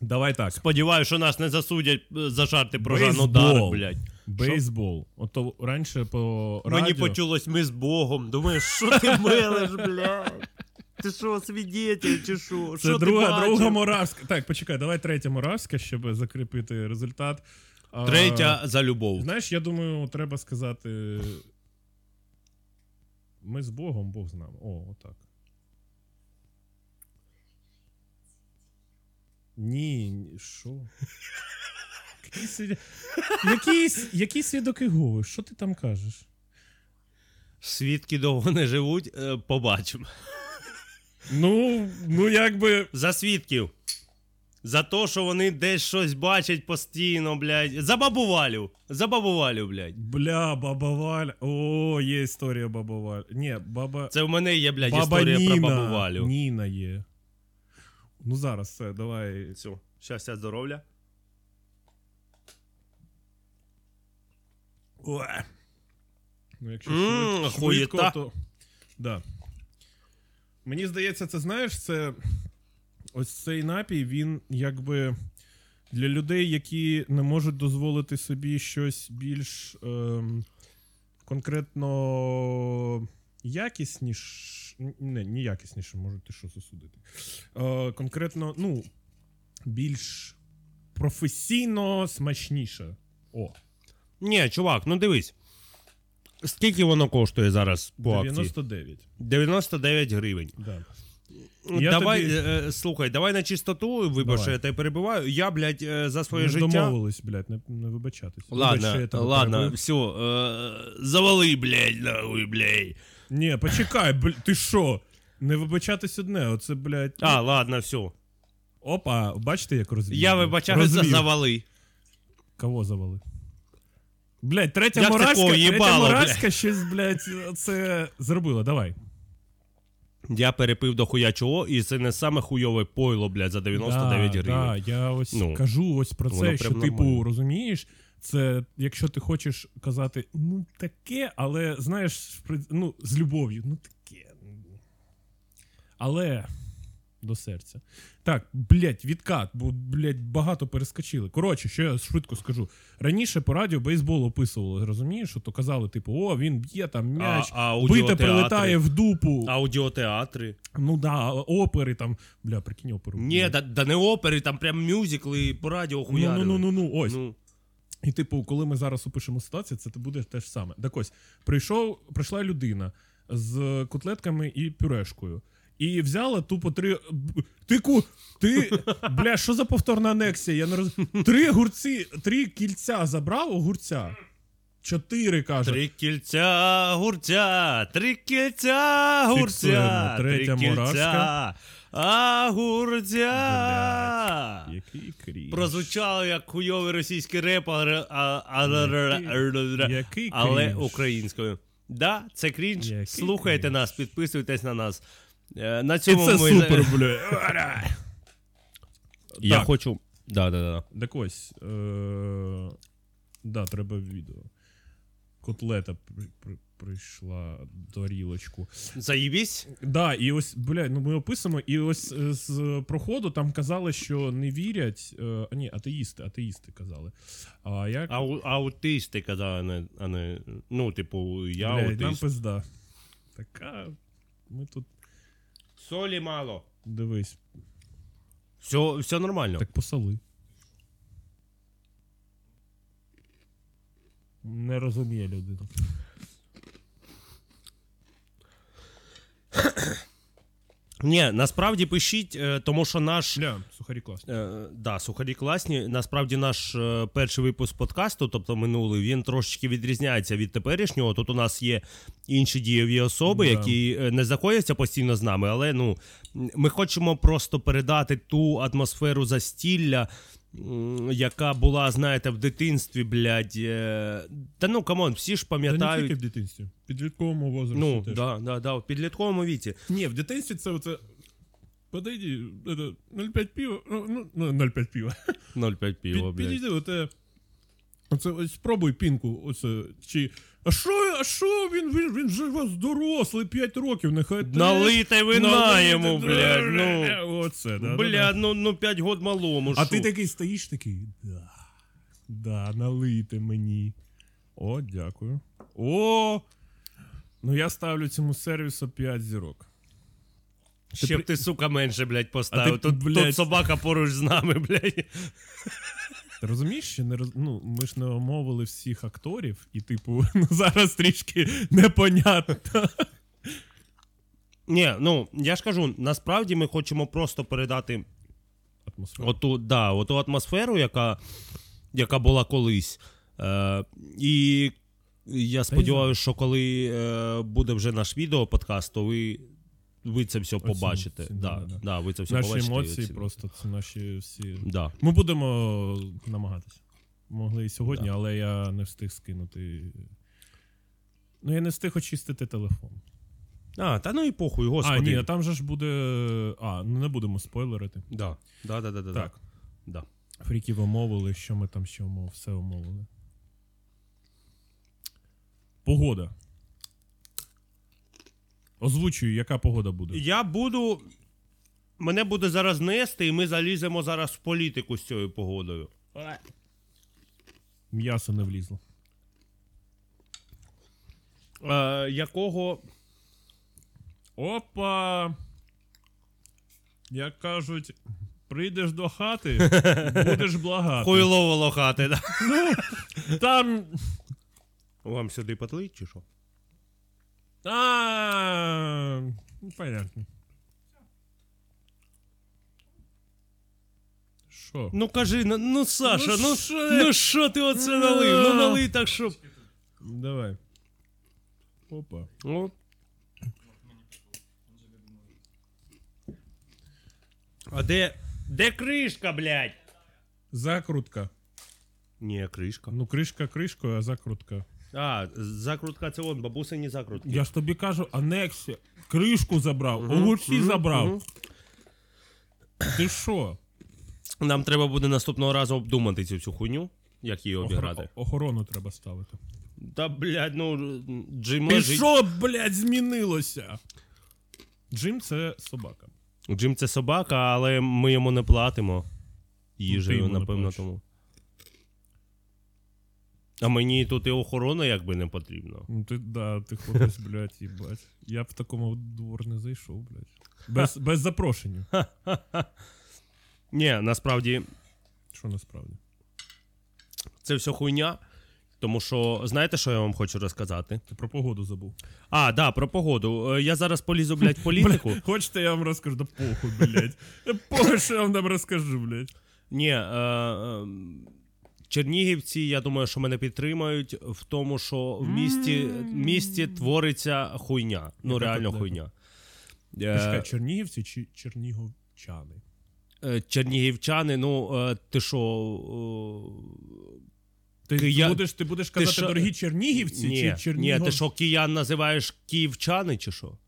Speaker 2: Давай так.
Speaker 1: Сподіваюся, що нас не засудять е, за жарти про Жанну
Speaker 2: Бейсбол.
Speaker 1: Дарк, блядь.
Speaker 2: Бейсбол. От то раніше по
Speaker 1: Мені
Speaker 2: радіо...
Speaker 1: почулось, ми з Богом. Думаєш, що ти мелеш, блядь? Ти що, свідетель, чи що?
Speaker 2: Це
Speaker 1: що ти
Speaker 2: друга,
Speaker 1: бачиш?
Speaker 2: друга Моравська. Так, почекай, давай третя Моравська, щоб закріпити результат. А,
Speaker 1: Третя за любов.
Speaker 2: Знаєш, я думаю, треба сказати. Ми з Богом, Бог з нами. О, отак. Ні, ні, що? Які свід- Які, с- які свідок Ігови? Що ти там кажеш?
Speaker 1: Свідки довго не живуть, е, побачимо.
Speaker 2: Ну, ну якби.
Speaker 1: За свідків. За те, що вони десь щось бачать постійно, блядь. За бабу Валю. За бабу Валю, блядь.
Speaker 2: Бля, баба Валя. О, є історія баба Валя. Ні, баба.
Speaker 1: Це в мене є, блядь,
Speaker 2: баба
Speaker 1: історія
Speaker 2: Ніна.
Speaker 1: про бабу Валю.
Speaker 2: Ніна є. Ну зараз все, давай.
Speaker 1: Всю. Щастя, здоров'я.
Speaker 2: Уе. Ну, якщо
Speaker 1: М,
Speaker 2: швид-
Speaker 1: хуєта.
Speaker 2: швидко, то. Да. Мені здається, це знаєш, це ось цей напій, він якби для людей, які не можуть дозволити собі щось більш ем, конкретно якісніше. Не, не якісніше, можете що засудити. Е, конкретно, ну, більш професійно смачніше. О,
Speaker 1: Ні, чувак, ну дивись. Скільки воно коштує зараз по акції?
Speaker 2: 99.
Speaker 1: 99 гривень.
Speaker 2: Да. Я
Speaker 1: Давай,
Speaker 2: тобі-
Speaker 1: е, е, слухай, давай на чистоту, вибач,
Speaker 2: Давай.
Speaker 1: що я тебе перебиваю. Я, блядь, е, за своє
Speaker 2: Ми ж
Speaker 1: життя.
Speaker 2: домовились, блядь, не, не вибачатись. Вибач, що я
Speaker 1: Ладно,
Speaker 2: тебе
Speaker 1: ладно,
Speaker 2: перебив.
Speaker 1: все, э, завали, блядь, нахуй, блядь.
Speaker 2: Ні, почекай, блядь, ти що? Не вибачатись одне, оце, блядь.
Speaker 1: А, ладно, все.
Speaker 2: Опа, бачите, як розвів?
Speaker 1: Я вибачаюся за
Speaker 2: Розвів.
Speaker 1: завали.
Speaker 2: Кого завали? Блядь, третя
Speaker 1: Як
Speaker 2: Моравська,
Speaker 1: такого
Speaker 2: третя
Speaker 1: їбало,
Speaker 2: Моравська щось, блядь, це зробила, давай.
Speaker 1: Я перепив до хуя чого, і це не саме хуйове пойло, блядь, за 99
Speaker 2: да,
Speaker 1: гривень.
Speaker 2: Да, я ось
Speaker 1: Ну,
Speaker 2: кажу ось про
Speaker 1: воно
Speaker 2: це,
Speaker 1: прям
Speaker 2: що, типу,
Speaker 1: нормально.
Speaker 2: розумієш, це якщо ти хочеш казати, ну таке, але знаєш, в при- ну, з любов'ю, ну таке. Але до серця. Так, блядь, відкат, бо, блядь, багато перескочили. Коротше, що я швидко скажу. Раніше по радіо бейсбол описували, розумієш, то казали, типу, о, він б'є там м'яч,
Speaker 1: А-
Speaker 2: бита
Speaker 1: аудіотеатри?
Speaker 2: прилетає в дупу.
Speaker 1: Аудіотеатри.
Speaker 2: Ну да, опери там, бля, прикинь оперу.
Speaker 1: Ні, да, да не опери, там прям мюзикли по радіо
Speaker 2: ну,
Speaker 1: хуярили.
Speaker 2: ну, ну, ну, ну, ось.
Speaker 1: Ну,
Speaker 2: І, типу, коли ми зараз опишемо ситуацію, це буде те ж саме. Так ось, прийшов, прийшла людина з котлетками і пюрешкою. І взяла тупо три. б- Ти ку. Ти. Бля, що за повторна анексія? Я не роз... Три гурці, три кільця забрав огурця. Чотири каже.
Speaker 1: Три кільця гурця, три кільця гурця,
Speaker 2: Фіксуємо.
Speaker 1: три
Speaker 2: Третя
Speaker 1: кільця,
Speaker 2: мурашка.
Speaker 1: а гурця.
Speaker 2: Який крінж.
Speaker 1: прозвучало як хуйовий російський реп, але- а- але- але-
Speaker 2: Який
Speaker 1: але
Speaker 2: крінж.
Speaker 1: українською. Да, це крінж.
Speaker 2: Який
Speaker 1: Слухайте
Speaker 2: крінж.
Speaker 1: нас, підписуйтесь на нас. Е, На
Speaker 2: І
Speaker 1: цьому
Speaker 2: це
Speaker 1: ми...
Speaker 2: супер, бля.
Speaker 1: Я
Speaker 2: Так.
Speaker 1: хочу. Да, да, да.
Speaker 2: Так ось. Е... Да, треба відео. Котлета при- при- прийшла дорілочку.
Speaker 1: Заїбісь?
Speaker 2: Да, і ось, блядь, ну ми описуємо, і ось е, з е, проходу там казали, що не вірять. е, а ні, атеїсти, атеїсти казали. А як
Speaker 1: Ау, аутисти казали, а не, а не. Ну, типу, я
Speaker 2: блядь,
Speaker 1: аутист.
Speaker 2: нам пизда. Така. Ми тут
Speaker 1: Солі мало.
Speaker 2: дивись,
Speaker 1: Все, все нормально.
Speaker 2: так посоли. Не розуміє людина.
Speaker 1: Ні, насправді пишіть, е, тому що наш.
Speaker 2: Бля, сухарі класні.
Speaker 1: Е, да, сухарі класні. Насправді наш е, перший випуск подкасту, тобто минулий, він трошечки відрізняється від теперішнього. Тут у нас є інші дієві особи,
Speaker 2: Да.
Speaker 1: які е, не знаходяться постійно з нами, але ну ми хочемо просто передати ту атмосферу застілля, м, яка була, знаєте, в дитинстві, блядь. Е, та ну камон, всі ж
Speaker 2: Та не
Speaker 1: пам'ятають.
Speaker 2: тільки в дитинстві, в підлітковому возрасті
Speaker 1: Ну,
Speaker 2: теж.
Speaker 1: да, да, да, в підлітковому віці.
Speaker 2: Ні, в дитинстві це оце. Подойди, это, 0,5 пива, ну, ну, 0,5 пива.
Speaker 1: 0,5 піво, блядь.
Speaker 2: Під, підійди, оте. Оце ось спробуй пінку. Оце, чи. А що, а що він, він, він же у вас дорослий 5 років, нехай ти.
Speaker 1: Налите вина
Speaker 2: Налити,
Speaker 1: йому,
Speaker 2: да, е,
Speaker 1: блядь, ну.
Speaker 2: Оце, да, да,
Speaker 1: Бля,
Speaker 2: да.
Speaker 1: ну, ну 5 год малому.
Speaker 2: А
Speaker 1: шо?
Speaker 2: ти такий стоїш такий. Да, да, налити мені. О, дякую. О! Ну я ставлю цьому сервісу 5 зірок.
Speaker 1: Ще б ти, сука, менше, блядь, поставив.
Speaker 2: А ти,
Speaker 1: тут,
Speaker 2: блядь.
Speaker 1: тут собака поруч з нами, блядь.
Speaker 2: Ти розумієш, що не роз... ну, ми ж не омовили всіх акторів, і, типу, (laughs) ну зараз трішки непонятно.
Speaker 1: Ні, ну я ж кажу, насправді ми хочемо просто передати
Speaker 2: Атмосфера.
Speaker 1: оту, да, оту атмосферу, яка, яка була колись. Е, і я сподіваюся, що коли е, буде вже наш відео подкаст, то ви, ви це все побачите.
Speaker 2: оцінимо,
Speaker 1: да,
Speaker 2: да.
Speaker 1: да. ви це все
Speaker 2: наші
Speaker 1: побачите і
Speaker 2: емоції
Speaker 1: оціните.
Speaker 2: просто це наші всі.
Speaker 1: Да.
Speaker 2: Ми будемо намагатися. Могли і сьогодні, але я не встиг скинути. Ну, я не встиг очистити телефон.
Speaker 1: А, та ну і похуй, господи.
Speaker 2: А, ні, а там же ж буде. А, ну не будемо спойлерити.
Speaker 1: да. Да, да, да, да,
Speaker 2: Так.
Speaker 1: Да.
Speaker 2: Фріків омовили, що ми там ще омовили, все омовили. Погода. Озвучую, яка погода буде.
Speaker 1: Я буду. Мене буде зараз нести, і ми заліземо зараз в політику з цією погодою.
Speaker 2: М'ясо не влізло.
Speaker 1: Е, якого.
Speaker 2: Опа! Як кажуть, прийдеш до хати, будеш благати.
Speaker 1: Хуйлово лохати, да?
Speaker 2: Там.
Speaker 1: Вам сюди потлить чи що?
Speaker 2: А, ну, понятно. Що?
Speaker 1: Ну кажи, ну, ну Саша,
Speaker 2: Ну,
Speaker 1: ну
Speaker 2: що?
Speaker 1: ну, що ти оце налив? Ну налий так, щоб.
Speaker 2: Давай. Опа.
Speaker 1: О, А де. Де кришка, блядь?
Speaker 2: Закрутка.
Speaker 1: Ні, кришка.
Speaker 2: Ну, кришка кришкою, а закрутка.
Speaker 1: А, закрутка це он, бабусині закрутки.
Speaker 2: Я ж тобі кажу, анексі. Кришку забрав, огурці забрав. Ти що?
Speaker 1: Нам треба буде наступного разу обдумати цю всю хуйню, як її обіграти.
Speaker 2: Охор- Охорону треба ставити.
Speaker 1: Та блядь, ну Джим
Speaker 2: І
Speaker 1: лежить.
Speaker 2: що, блядь, змінилося? Джим це собака.
Speaker 1: Джим це собака, але ми йому не платимо. Їжею,
Speaker 2: йому не
Speaker 1: напевно,
Speaker 2: платиш.
Speaker 1: тому. А мені тут і охорона якби не потрібно.
Speaker 2: Ну ти да, ти хлопець, блядь, їбать. Я б в такому двор не зайшов, блядь. Без, без запрошення.
Speaker 1: Ні, насправді
Speaker 2: Що насправді?
Speaker 1: це все хуйня. Тому що знаєте, що я вам хочу розказати?
Speaker 2: Ти про погоду забув.
Speaker 1: А, да, про погоду. Е, Я зараз полізу, блядь,
Speaker 2: (laughs)
Speaker 1: в політику.
Speaker 2: Хочете, я вам розкажу, да похуй, блядь. Да Похуй, що я вам там розкажу, блядь.
Speaker 1: Ні, е, е, чернігівці, я думаю, що мене підтримають в тому, що в місті, місті твориться хуйня. Ну,
Speaker 2: Яка
Speaker 1: реально
Speaker 2: проблема?
Speaker 1: хуйня.
Speaker 2: Чекай,
Speaker 1: Е,
Speaker 2: чернігівці чи черніговчани?
Speaker 1: е, чернігівчани, ну е, ти е, що.
Speaker 2: Ти,
Speaker 1: Ти я-
Speaker 2: будеш, ти будеш казати,
Speaker 1: що-
Speaker 2: дорогі
Speaker 1: е,
Speaker 2: чернігівці
Speaker 1: Ні,
Speaker 2: чи чернігов...
Speaker 1: ні, ти що киян називаєш київчани чи що?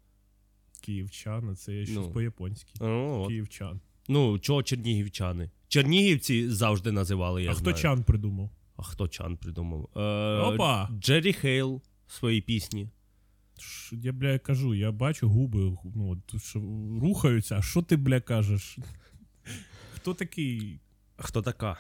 Speaker 2: Київчани, це я щось
Speaker 1: Ну.
Speaker 2: по-японськи.
Speaker 1: Ну, от.
Speaker 2: Київчан.
Speaker 1: ну чого чернігівчани? Чернігівці завжди називали, я
Speaker 2: а
Speaker 1: знаю.
Speaker 2: хто чан придумав?
Speaker 1: А хто чан придумав? Е,
Speaker 2: Опа!
Speaker 1: Джері Хейл в своїй пісні.
Speaker 2: Ш- Я, бля, кажу, я бачу губи, ну, от, тут що, рухаються, а що ти, бля, кажеш? Хто такий?
Speaker 1: Хто така?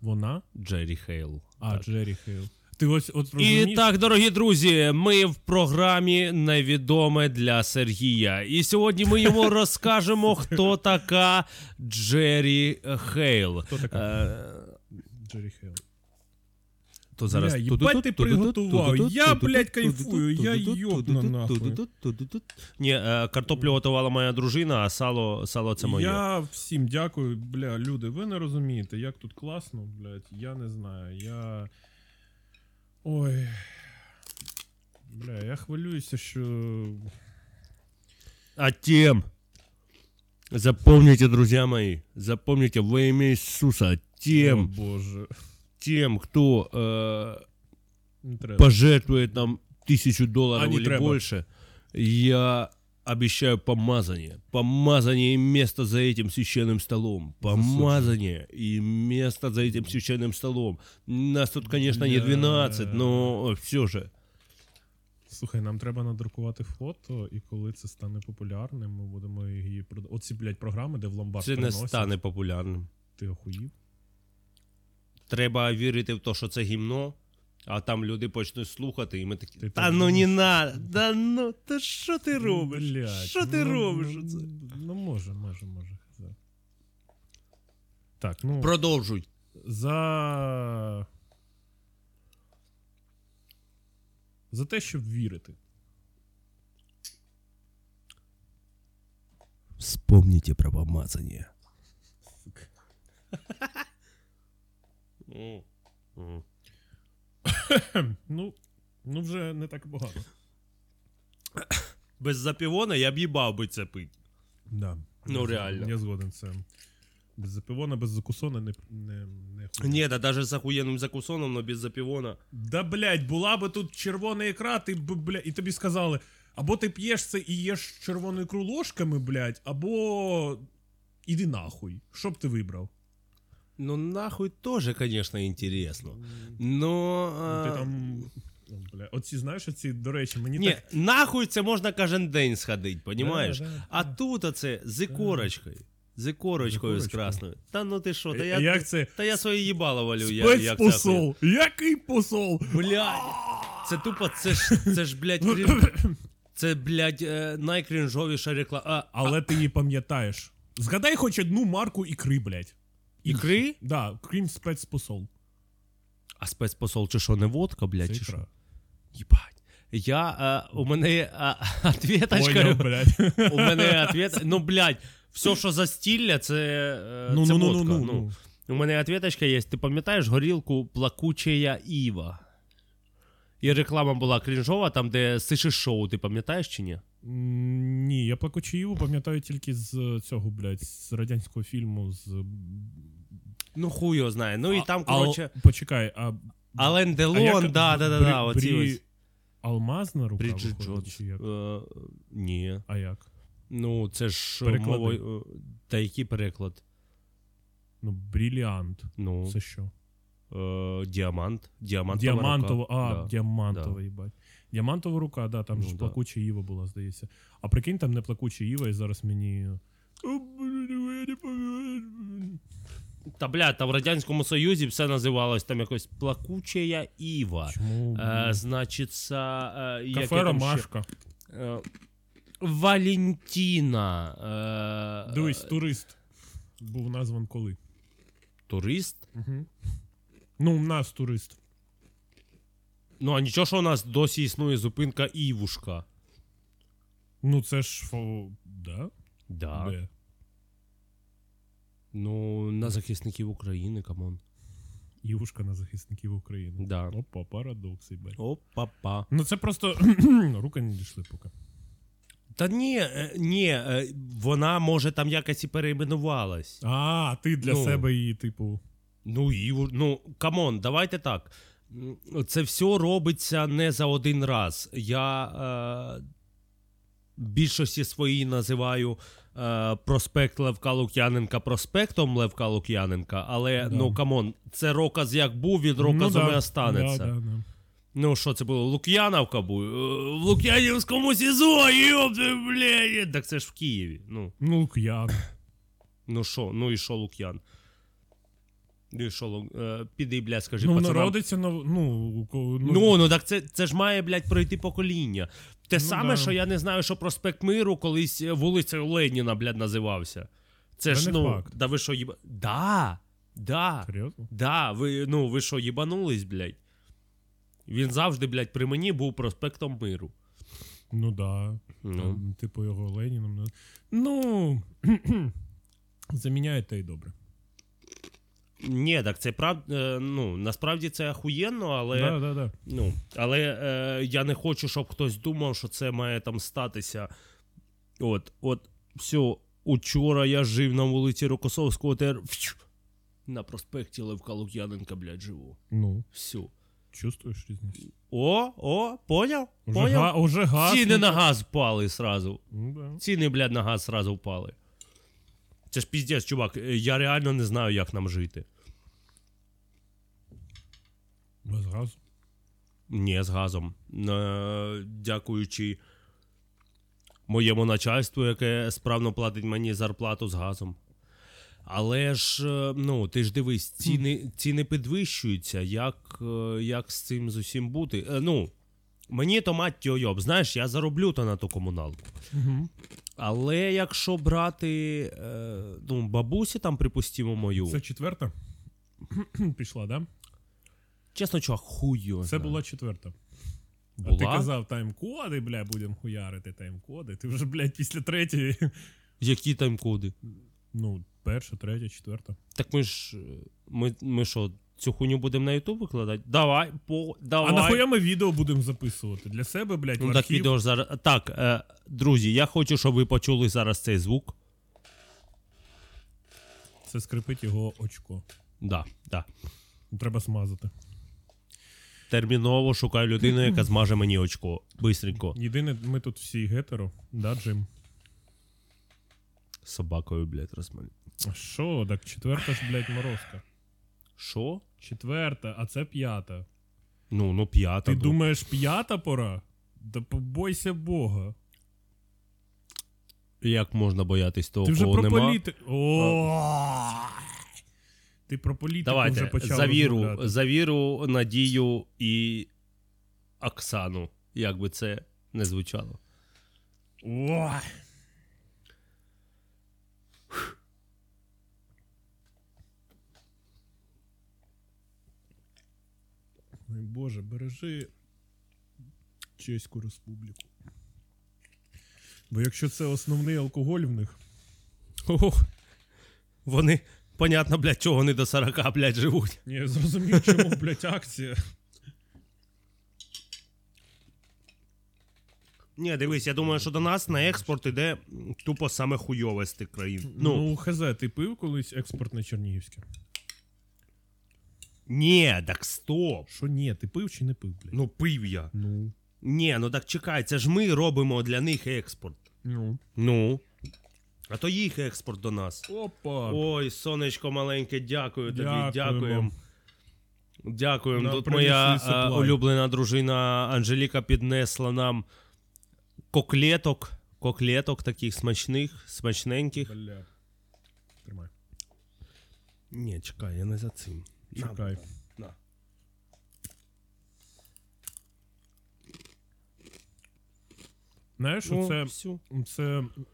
Speaker 2: Вона?
Speaker 1: Джері Хейл.
Speaker 2: А, Джері Хейл. Ти ось от розумієш?
Speaker 1: І так, дорогі друзі, ми в програмі Невідоме для Сергія. І сьогодні ми
Speaker 2: (laughs)
Speaker 1: йому розкажемо, хто така Джері Хейл.
Speaker 2: Хто така?
Speaker 1: Е,
Speaker 2: Джері Хейл.
Speaker 1: То
Speaker 2: Бля, їбать ти приготував. Я, блядь, кайфую, я йобна нахуй.
Speaker 1: Ні, е, картоплю готувала моя дружина, а сало, сало це моє.
Speaker 2: Я всім дякую, бля, люди, ви не розумієте, як тут класно, блядь, я не знаю, я... Ой... Бля, я хвилююся, що
Speaker 1: А тем, запомните, друзья мои, запомните во имя Иисуса,
Speaker 2: О,
Speaker 1: тем,
Speaker 2: боже.
Speaker 1: тем, кто
Speaker 2: Не
Speaker 1: э,
Speaker 2: треба.
Speaker 1: пожертвует нам тысячу долларов
Speaker 2: А, не
Speaker 1: или
Speaker 2: треба.
Speaker 1: больше, я обещаю помазание. Помазание и место за этим священным столом. Помазание и место за этим священным столом. Нас тут, конечно, не
Speaker 2: Бля.
Speaker 1: 12, но все же.
Speaker 2: Слухай, нам треба надрукувати фото, і коли це стане популярним, ми будемо її продавати. Оці, блядь, програми, де в ломбард
Speaker 1: Це не
Speaker 2: приносять.
Speaker 1: стане популярним.
Speaker 2: Ти охуїв?
Speaker 1: треба вірити в те, що це гімно, а там люди почнуть слухати, і ми такі.
Speaker 2: Ти
Speaker 1: Та
Speaker 2: так
Speaker 1: ну не
Speaker 2: думаєш?»
Speaker 1: надо, да ну, та що ти робиш?
Speaker 2: Блядь,
Speaker 1: що ти
Speaker 2: ну,
Speaker 1: робиш?
Speaker 2: Ну,
Speaker 1: оце?»
Speaker 2: ну, може, може, може. да. Так, ну,
Speaker 1: Продовжуй.
Speaker 2: за... За те, щоб вірити.
Speaker 1: Вспомните про помазання.
Speaker 2: Хм, Ну, ну вже не так і багато.
Speaker 1: Без запівона я б їбав би це пить.
Speaker 2: Да.
Speaker 1: Ну,
Speaker 2: Я з-
Speaker 1: реально.
Speaker 2: Я згоден це. Без запивона, без закусона не, не, не хуй.
Speaker 1: Ні, та навіть з ахуєнним закусоном, но без запівона.
Speaker 2: Да блядь, була би тут червона ікра, ти б, блядь, і тобі сказали, або ти п'єш це і їш червону ікру ложками, блядь, або іди нахуй. Що б ти вибрав?
Speaker 1: Ну нахуй теж, звісно, інтересно.
Speaker 2: Ну, Ти
Speaker 1: Но... е,
Speaker 2: там. О, Бля, оці, знаєш, оці, до речі, мені
Speaker 1: Ні,
Speaker 2: так.
Speaker 1: нахуй це можна кожен день сходити, понімаєш?
Speaker 2: Да, да,
Speaker 1: А
Speaker 2: да.
Speaker 1: тут оце з ікорочкою. З ікорочкою з
Speaker 2: Ікорочкою.
Speaker 1: красною. Та ну ти що, та
Speaker 2: Е,
Speaker 1: я,
Speaker 2: як це?
Speaker 1: та я своє їбало валю. Я, як це ахуєнно.
Speaker 2: Спецпосол! Який посол?
Speaker 1: Блядь, це тупо, це ж, це ж, блядь,
Speaker 2: Ну,
Speaker 1: крін- це, блядь, е, найкрінжовіша реклама. А,
Speaker 2: (laughs) Але ти її пам'ятаєш. Згадай хоч одну марку ікри, блядь.
Speaker 1: ікри?
Speaker 2: Да, крім спецпосол.
Speaker 1: А спецпосол чи що, не водка, блядь,
Speaker 2: Це
Speaker 1: чи що?
Speaker 2: ікра.
Speaker 1: Їбать. Я, е, у мене е,
Speaker 2: Поняв,
Speaker 1: ответочка,
Speaker 2: блядь.
Speaker 1: у мене ответ, ну, блядь, все, що застілля, це, е,
Speaker 2: Ну,
Speaker 1: це
Speaker 2: ну, ну,
Speaker 1: водка.
Speaker 2: ну, ну, ну.
Speaker 1: У мене ответочка є. Ти пам'ятаєш горілку Плакучая Іва? І реклама була крінжова, там, де сиши шоу, ти пам'ятаєш чи ні?
Speaker 2: М, Ні, я Плакучіїву пам'ятаю тільки з е, цього, блядь, з радянського фільму з.
Speaker 1: Ну, хуй його знає. Ну і там,
Speaker 2: Ал-
Speaker 1: коротше,
Speaker 2: Почекай, а.
Speaker 1: Ален Делон, да, да, да, да, оці ось.
Speaker 2: Алмазна рука.
Speaker 1: Бріджит
Speaker 2: виходить,
Speaker 1: Джонс.
Speaker 2: чи як?
Speaker 1: Е, Ні.
Speaker 2: А як?
Speaker 1: Ну, це ж
Speaker 2: Переклади.
Speaker 1: мовою. е, Та який переклад?
Speaker 2: Ну, бріліант.
Speaker 1: Ну,
Speaker 2: Це що?
Speaker 1: е, діамант. Діамантова
Speaker 2: Діамантова,
Speaker 1: рука.
Speaker 2: а,
Speaker 1: Да.
Speaker 2: діамантова,
Speaker 1: Да.
Speaker 2: їбать. Діамантова рука, да, там
Speaker 1: Ну,
Speaker 2: ж
Speaker 1: да.
Speaker 2: плакуча Іва була, здається. А прикинь, там не плакуча Іва, і зараз мені.
Speaker 1: Та бля, та в Радянському Союзі все називалось там якось Плакучая Іва.
Speaker 2: Чому?
Speaker 1: Е, значиться, е, яке
Speaker 2: Кафе
Speaker 1: там ще?
Speaker 2: Ромашка.
Speaker 1: Е, Валентіна. е,
Speaker 2: Дивись,
Speaker 1: е,
Speaker 2: турист. Був назван коли.
Speaker 1: турист.
Speaker 2: Угу. Ну, у нас турист.
Speaker 1: Ну, а нічого, що у нас досі існує зупинка Івушка.
Speaker 2: Ну, це ж фо... да?
Speaker 1: Да.
Speaker 2: Де?
Speaker 1: Ну, на захисників України, камон.
Speaker 2: Івушка на захисників України.
Speaker 1: Да.
Speaker 2: Опа, парадокс, їбать.
Speaker 1: Опа-па.
Speaker 2: Ну це просто (clears throat) руки не дійшли поки.
Speaker 1: Та ні, е, ні, е, вона може там якось і переіменувалась.
Speaker 2: А, ти для
Speaker 1: Ну.
Speaker 2: себе її, типу.
Speaker 1: Ну, Іву, ну, камон, давайте так. М, Це все робиться не за один раз. Я е, більшості своїй називаю е, проспект Левка Лук'яненка проспектом Левка Лук'яненка, але
Speaker 2: Да.
Speaker 1: ну камон, це роказ як був, від роказу
Speaker 2: да.
Speaker 1: не останеться.
Speaker 2: Да, да, да.
Speaker 1: Ну, що це було? Лук'яновка був. Е, В Лук'янівському СІЗО, йобте, блядь. Так це ж в Києві. Ну,
Speaker 2: Ну, Лук'ян.
Speaker 1: ну що, ну і що Лук'ян? Ну і що, Лу- е, піди, блядь, скажи
Speaker 2: Ну,
Speaker 1: пацанам.
Speaker 2: народиться на. Ну, ко-
Speaker 1: Ну, ну так це, це ж має, блядь, пройти покоління. Те
Speaker 2: Ну,
Speaker 1: саме,
Speaker 2: да.
Speaker 1: що я не знаю, що проспект Миру колись е, вулицею Леніна, блядь, називався. Це
Speaker 2: Та
Speaker 1: ж,
Speaker 2: не
Speaker 1: ну,
Speaker 2: факт.
Speaker 1: да ви що, їба... Да, да.
Speaker 2: серйозно?
Speaker 1: Да, ви, ну, ви що, їбанулись, блядь? Він завжди, блядь, при мені був проспектом миру.
Speaker 2: Ну да.
Speaker 1: Ну.
Speaker 2: Там, типу його Леніном. на- Ну. (clears throat) Заміняє те й добре.
Speaker 1: Ні, так це прав... е, ну, насправді це ахуєнно, але,
Speaker 2: Да, да, да.
Speaker 1: ну, але е, я не хочу, щоб хтось думав, що це має там статися. От, от, все, учора я жив на вулиці Рокосовського, тер... фью, на проспекті Левка Лук'яненка, блядь, живу.
Speaker 2: Ну,
Speaker 1: Все.
Speaker 2: чувствуєш різницю?
Speaker 1: О, о, поняв?
Speaker 2: Уже,
Speaker 1: Поняв?
Speaker 2: га, уже газ.
Speaker 1: Ціни на газ впали сразу.
Speaker 2: Ну, да.
Speaker 1: Ціни, блядь, на газ сразу впали. Це ж піздець, чувак, е, я реально не знаю, як нам жити.
Speaker 2: Без газу.
Speaker 1: Ні, з газом. Е, Дякуючи моєму начальству, яке справно платить мені зарплату з газом. Але ж, е, ну, ти ж дивись, ціни, ціни підвищуються. Як, е, як з цим з усім бути? Е, Ну, мені то мать тьойоб, знаєш, я зароблю то на ту комуналку.
Speaker 2: Угу.
Speaker 1: Але якщо брати е, ну, бабусі, там, припустимо, мою.
Speaker 2: Це четверта. (clears throat) Пішла, да?
Speaker 1: Чесно, чувак, хуй його
Speaker 2: Це
Speaker 1: знає.
Speaker 2: була четверта. А
Speaker 1: Була?
Speaker 2: ти казав тайм-коди, бля, будемо хуярити тайм-коди. Ти вже, блядь, після третьої. (laughs)
Speaker 1: Які тайм-коди?
Speaker 2: Ну, перша, третя, четверта.
Speaker 1: Так ми ж. е, Ми, ми що, цю хуйню будемо на Ютуб викладати? Давай, по, давай.
Speaker 2: А нахуя ми відео будемо записувати? Для себе, блядь, в
Speaker 1: Ну, так,
Speaker 2: архів.
Speaker 1: відео ж зараз. Так, е, друзі, я хочу, щоб ви почули зараз цей звук.
Speaker 2: Це скрипить його очко.
Speaker 1: Да, да.
Speaker 2: Треба смазати.
Speaker 1: Терміново шукаю людину, яка змаже мені очко. Бистренько.
Speaker 2: Єдине, ми тут всі гетеро, да, Джим?
Speaker 1: З Собакою, блядь, розмалю.
Speaker 2: А Що, так четверта ж, блядь, морозка.
Speaker 1: Що?
Speaker 2: Четверта, а це п'ята.
Speaker 1: Ну, ну п'ята.
Speaker 2: Ти
Speaker 1: ну.
Speaker 2: думаєш, п'ята пора? Да побойся Бога.
Speaker 1: Як можна боятись того,
Speaker 2: Ти вже
Speaker 1: кого
Speaker 2: про
Speaker 1: нема?
Speaker 2: політи. О! Ти про політику вже
Speaker 1: Давайте
Speaker 2: почав.
Speaker 1: за віру,
Speaker 2: розмовляти.
Speaker 1: за віру, надію і Оксану, як би це не звучало.
Speaker 2: О! Ой, Боже, бережи Чеську Республіку. Бо якщо це основний алкоголь в них,
Speaker 1: Ох, вони, понятно, блядь, чого вони до 40, блядь, живуть.
Speaker 2: Ні, я зрозумів, (laughs) чому, блядь, акція.
Speaker 1: Ні, дивись, я думаю, що до нас на експорт іде м, тупо саме хуйове з тих країн.
Speaker 2: Ну,
Speaker 1: Ну,
Speaker 2: хз, ти пив колись експортне чернігівське?
Speaker 1: ні, так стоп.
Speaker 2: Що ні, ти пив чи не пив, блядь?
Speaker 1: Ну пив я.
Speaker 2: Ну.
Speaker 1: Ні, ну так чекай, це ж ми робимо для них експорт.
Speaker 2: Ну.
Speaker 1: Ну. А то їх експорт до нас.
Speaker 2: Опа!
Speaker 1: Ой, сонечко маленьке, дякую тобі,
Speaker 2: Дякуємо.
Speaker 1: дякуємо. Дякуємо.
Speaker 2: Нам
Speaker 1: Тут
Speaker 2: принесли
Speaker 1: моя
Speaker 2: supply.
Speaker 1: е, улюблена дружина Анжеліка піднесла нам коклеток. Коклеток таких смачних, смачненьких.
Speaker 2: Бля. Тримай.
Speaker 1: Ні, чекай, я не за цим. На,
Speaker 2: Чекай.
Speaker 1: на.
Speaker 2: Знаєш,
Speaker 1: Ну,
Speaker 2: оце,
Speaker 1: всю.
Speaker 2: це.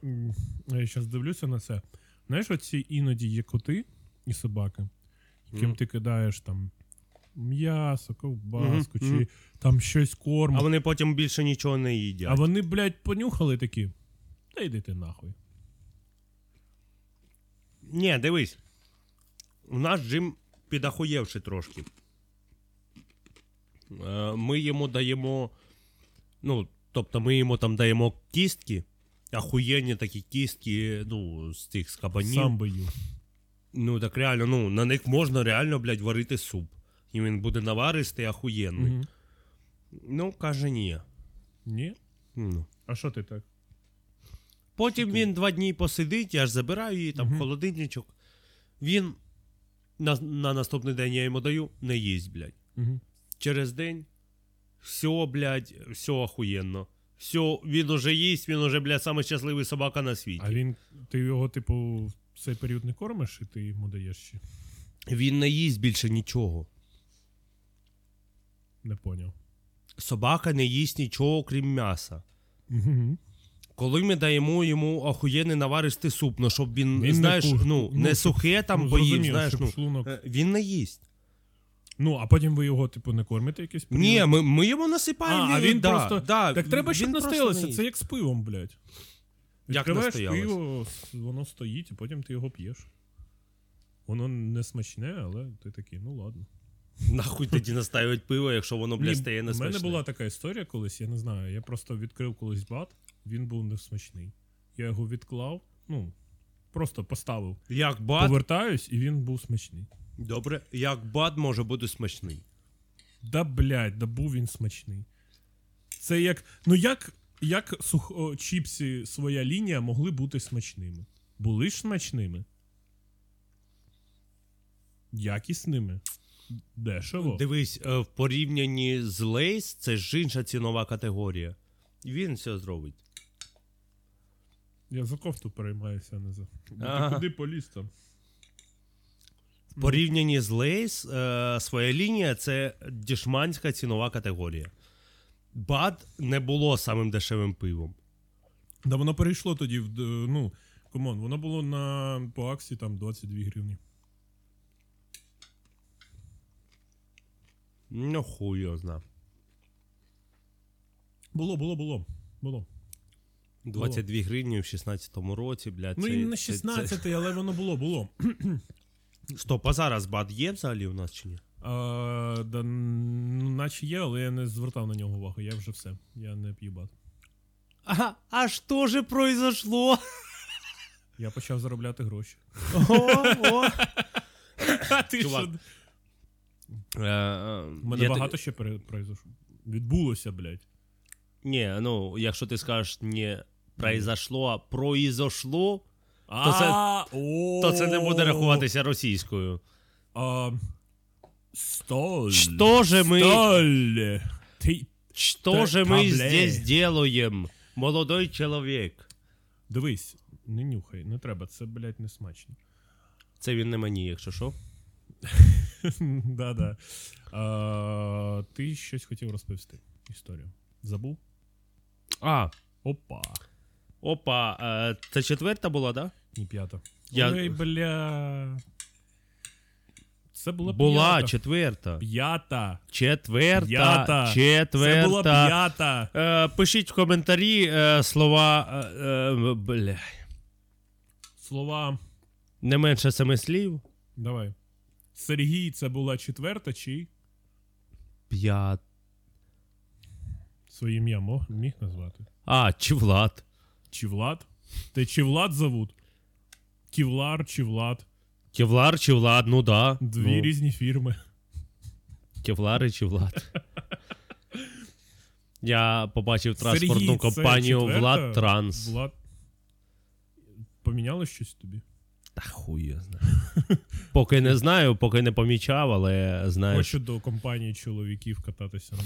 Speaker 2: м, Я зараз дивлюся на це. Знаєш, оці іноді є коти і собаки, яким
Speaker 1: Мгм.
Speaker 2: ти кидаєш там м'ясо, ковбаску,
Speaker 1: Мгм, мгм.
Speaker 2: чи там щось корм.
Speaker 1: А вони потім більше нічого не їдять.
Speaker 2: А вони, блядь, понюхали такі. Та йди ти нахуй.
Speaker 1: Ні, дивись. У нас Джим підахуєвши трошки. Е, Ми йому даємо. Ну, тобто ми йому там даємо кістки. Ахуєнні такі кістки, ну, з тих з кабанів.
Speaker 2: Сам би їв.
Speaker 1: Ну так реально, ну, на них можна реально, блядь, варити суп. І він буде наваристий, ахуєнний.
Speaker 2: Мгм.
Speaker 1: Ну, каже, ні.
Speaker 2: Ні?
Speaker 1: Ну.
Speaker 2: А що ти так?
Speaker 1: Потім він два дні посидить, я ж забираю її там в
Speaker 2: Мгм.
Speaker 1: холодильничок. Він на, на наступний день я йому даю, не їсть, блядь.
Speaker 2: Угу.
Speaker 1: Через день все, блядь, все охуєнно. Все, він уже їсть, він уже, блядь, самий щасливий собака на світі.
Speaker 2: А він, ти його, типу, в цей період не кормиш, і ти йому даєш ще.
Speaker 1: Він не їсть більше нічого.
Speaker 2: Не поняв.
Speaker 1: Собака не їсть нічого, крім м'яса.
Speaker 2: Мгм.
Speaker 1: Коли ми даємо йому охуєнний наваристий суп, ну щоб він,
Speaker 2: Він не
Speaker 1: знаєш,
Speaker 2: пух-
Speaker 1: ну,
Speaker 2: ну,
Speaker 1: не сухе там
Speaker 2: ну,
Speaker 1: поїв,
Speaker 2: зрозуміло,
Speaker 1: знаєш,
Speaker 2: щоб
Speaker 1: ну,
Speaker 2: шлунок-
Speaker 1: е, він не їсть.
Speaker 2: Ну, а потім ви його, типу, не кормите якийсь період?
Speaker 1: Ні, ми, ми йому
Speaker 2: а,
Speaker 1: насипаємо.
Speaker 2: а він
Speaker 1: да,
Speaker 2: просто.
Speaker 1: Да,
Speaker 2: так треба, щоб
Speaker 1: він просто не
Speaker 2: настоялося.
Speaker 1: їсть.
Speaker 2: Це як з пивом, блядь.
Speaker 1: Як
Speaker 2: Відкриваєш
Speaker 1: настоялося?
Speaker 2: пиво, с- воно стоїть, і потім ти його п'єш. Воно не смачне, але ти такий, ну ладно.
Speaker 1: Нахуй тоді настаюють пиво, якщо воно,
Speaker 2: Ні,
Speaker 1: блядь, стає
Speaker 2: У мене
Speaker 1: несмачне.
Speaker 2: була така історія колись, я не знаю. Я просто відкрив колись бат, він був несмачний. Я його відклав, ну, просто поставив.
Speaker 1: Як бад,
Speaker 2: Повертаюсь, і він був смачний.
Speaker 1: добре, як бад може бути смачний.
Speaker 2: Да блядь, да був він смачний. Це як. Ну як, як сух... о, чіпсі своя лінія могли бути смачними? Були ж смачними? Якісними. Дешево.
Speaker 1: Дивись, е, в порівнянні з Лейс, це ж інша цінова категорія. І він все зробить.
Speaker 2: Я за кофту переймаюся, а не за. Бо
Speaker 1: Ага.
Speaker 2: Ти куди поліз там?
Speaker 1: В порівнянні з Лейс, е, своя лінія це дішманська цінова категорія. Бад не було самим дешевим пивом.
Speaker 2: Да воно перейшло тоді в. д- Ну, комон, воно було на по акції там 22 гривні.
Speaker 1: Ну, хуй його зна.
Speaker 2: Було, було, було. Було.
Speaker 1: 22 гривні в 16-му році, блядь.
Speaker 2: ну
Speaker 1: це,
Speaker 2: і на
Speaker 1: це-
Speaker 2: 16, але воно було, було.
Speaker 1: Це... Стоп, а зараз бад є взагалі у нас чи ні?
Speaker 2: А, да, н- ну, наче є, але я не звертав на нього увагу. Я вже все. Я не п'ю бат.
Speaker 1: А, а що же произошло?
Speaker 2: Я почав
Speaker 1: (laughs)
Speaker 2: заробляти гроші.
Speaker 1: О, о.
Speaker 2: А ти
Speaker 1: Чувак,
Speaker 2: що?
Speaker 1: Е, е,
Speaker 2: У мене
Speaker 1: я
Speaker 2: багато
Speaker 1: т-
Speaker 2: ще пере- произошло. Відбулося, блядь.
Speaker 1: Ні, ну, якщо ти скажеш не произошло, а произошло,
Speaker 2: А,
Speaker 1: це-
Speaker 2: о,
Speaker 1: то це не буде рахуватися російською.
Speaker 2: А, Столь.
Speaker 1: Що же ми-
Speaker 2: Столь. Ти...
Speaker 1: Что же мы
Speaker 2: Та, бля.
Speaker 1: здесь делаем, молодой человек?
Speaker 2: Дивись, не нюхай, не треба, це, блядь, не смачно. (laughs)
Speaker 1: Це він не мені, якщо що.
Speaker 2: Да-да. А, ти щось хотів розповісти. Історію. Забув?
Speaker 1: А,
Speaker 2: Опа.
Speaker 1: опа, е, це четверта була, да?
Speaker 2: Ні, п'ята.
Speaker 1: Я-
Speaker 2: Ой, бля. Це була,
Speaker 1: Була
Speaker 2: п'ята.
Speaker 1: четверта.
Speaker 2: П'ята.
Speaker 1: Четверта.
Speaker 2: П'ята.
Speaker 1: Четверта.
Speaker 2: Це була п'ята.
Speaker 1: Е, пишіть в коментарі е, слова. е, е, бля.
Speaker 2: Слова.
Speaker 1: Не менше семи слів.
Speaker 2: Давай. Сергій, це була четверта чи
Speaker 1: П'ят.
Speaker 2: своє ім'я мог, міг назвати?
Speaker 1: А, чи Влад.
Speaker 2: Чи Влад? Ти чи Влад зовут? Ківлар чи Влад?
Speaker 1: Кевлар чи Влад, ну да.
Speaker 2: Дві
Speaker 1: ну,
Speaker 2: різні фірми.
Speaker 1: Кевлари чи Влад.
Speaker 2: (laughs)
Speaker 1: Я побачив
Speaker 2: Сергій,
Speaker 1: транспортну
Speaker 2: це
Speaker 1: компанію
Speaker 2: четверта?
Speaker 1: Влад Транс.
Speaker 2: Влад. Поміняло щось тобі?
Speaker 1: Та хуй я знаю. Поки не знаю, поки не помічав, але знаю. що
Speaker 2: Хочу до компанії чоловіків кататися на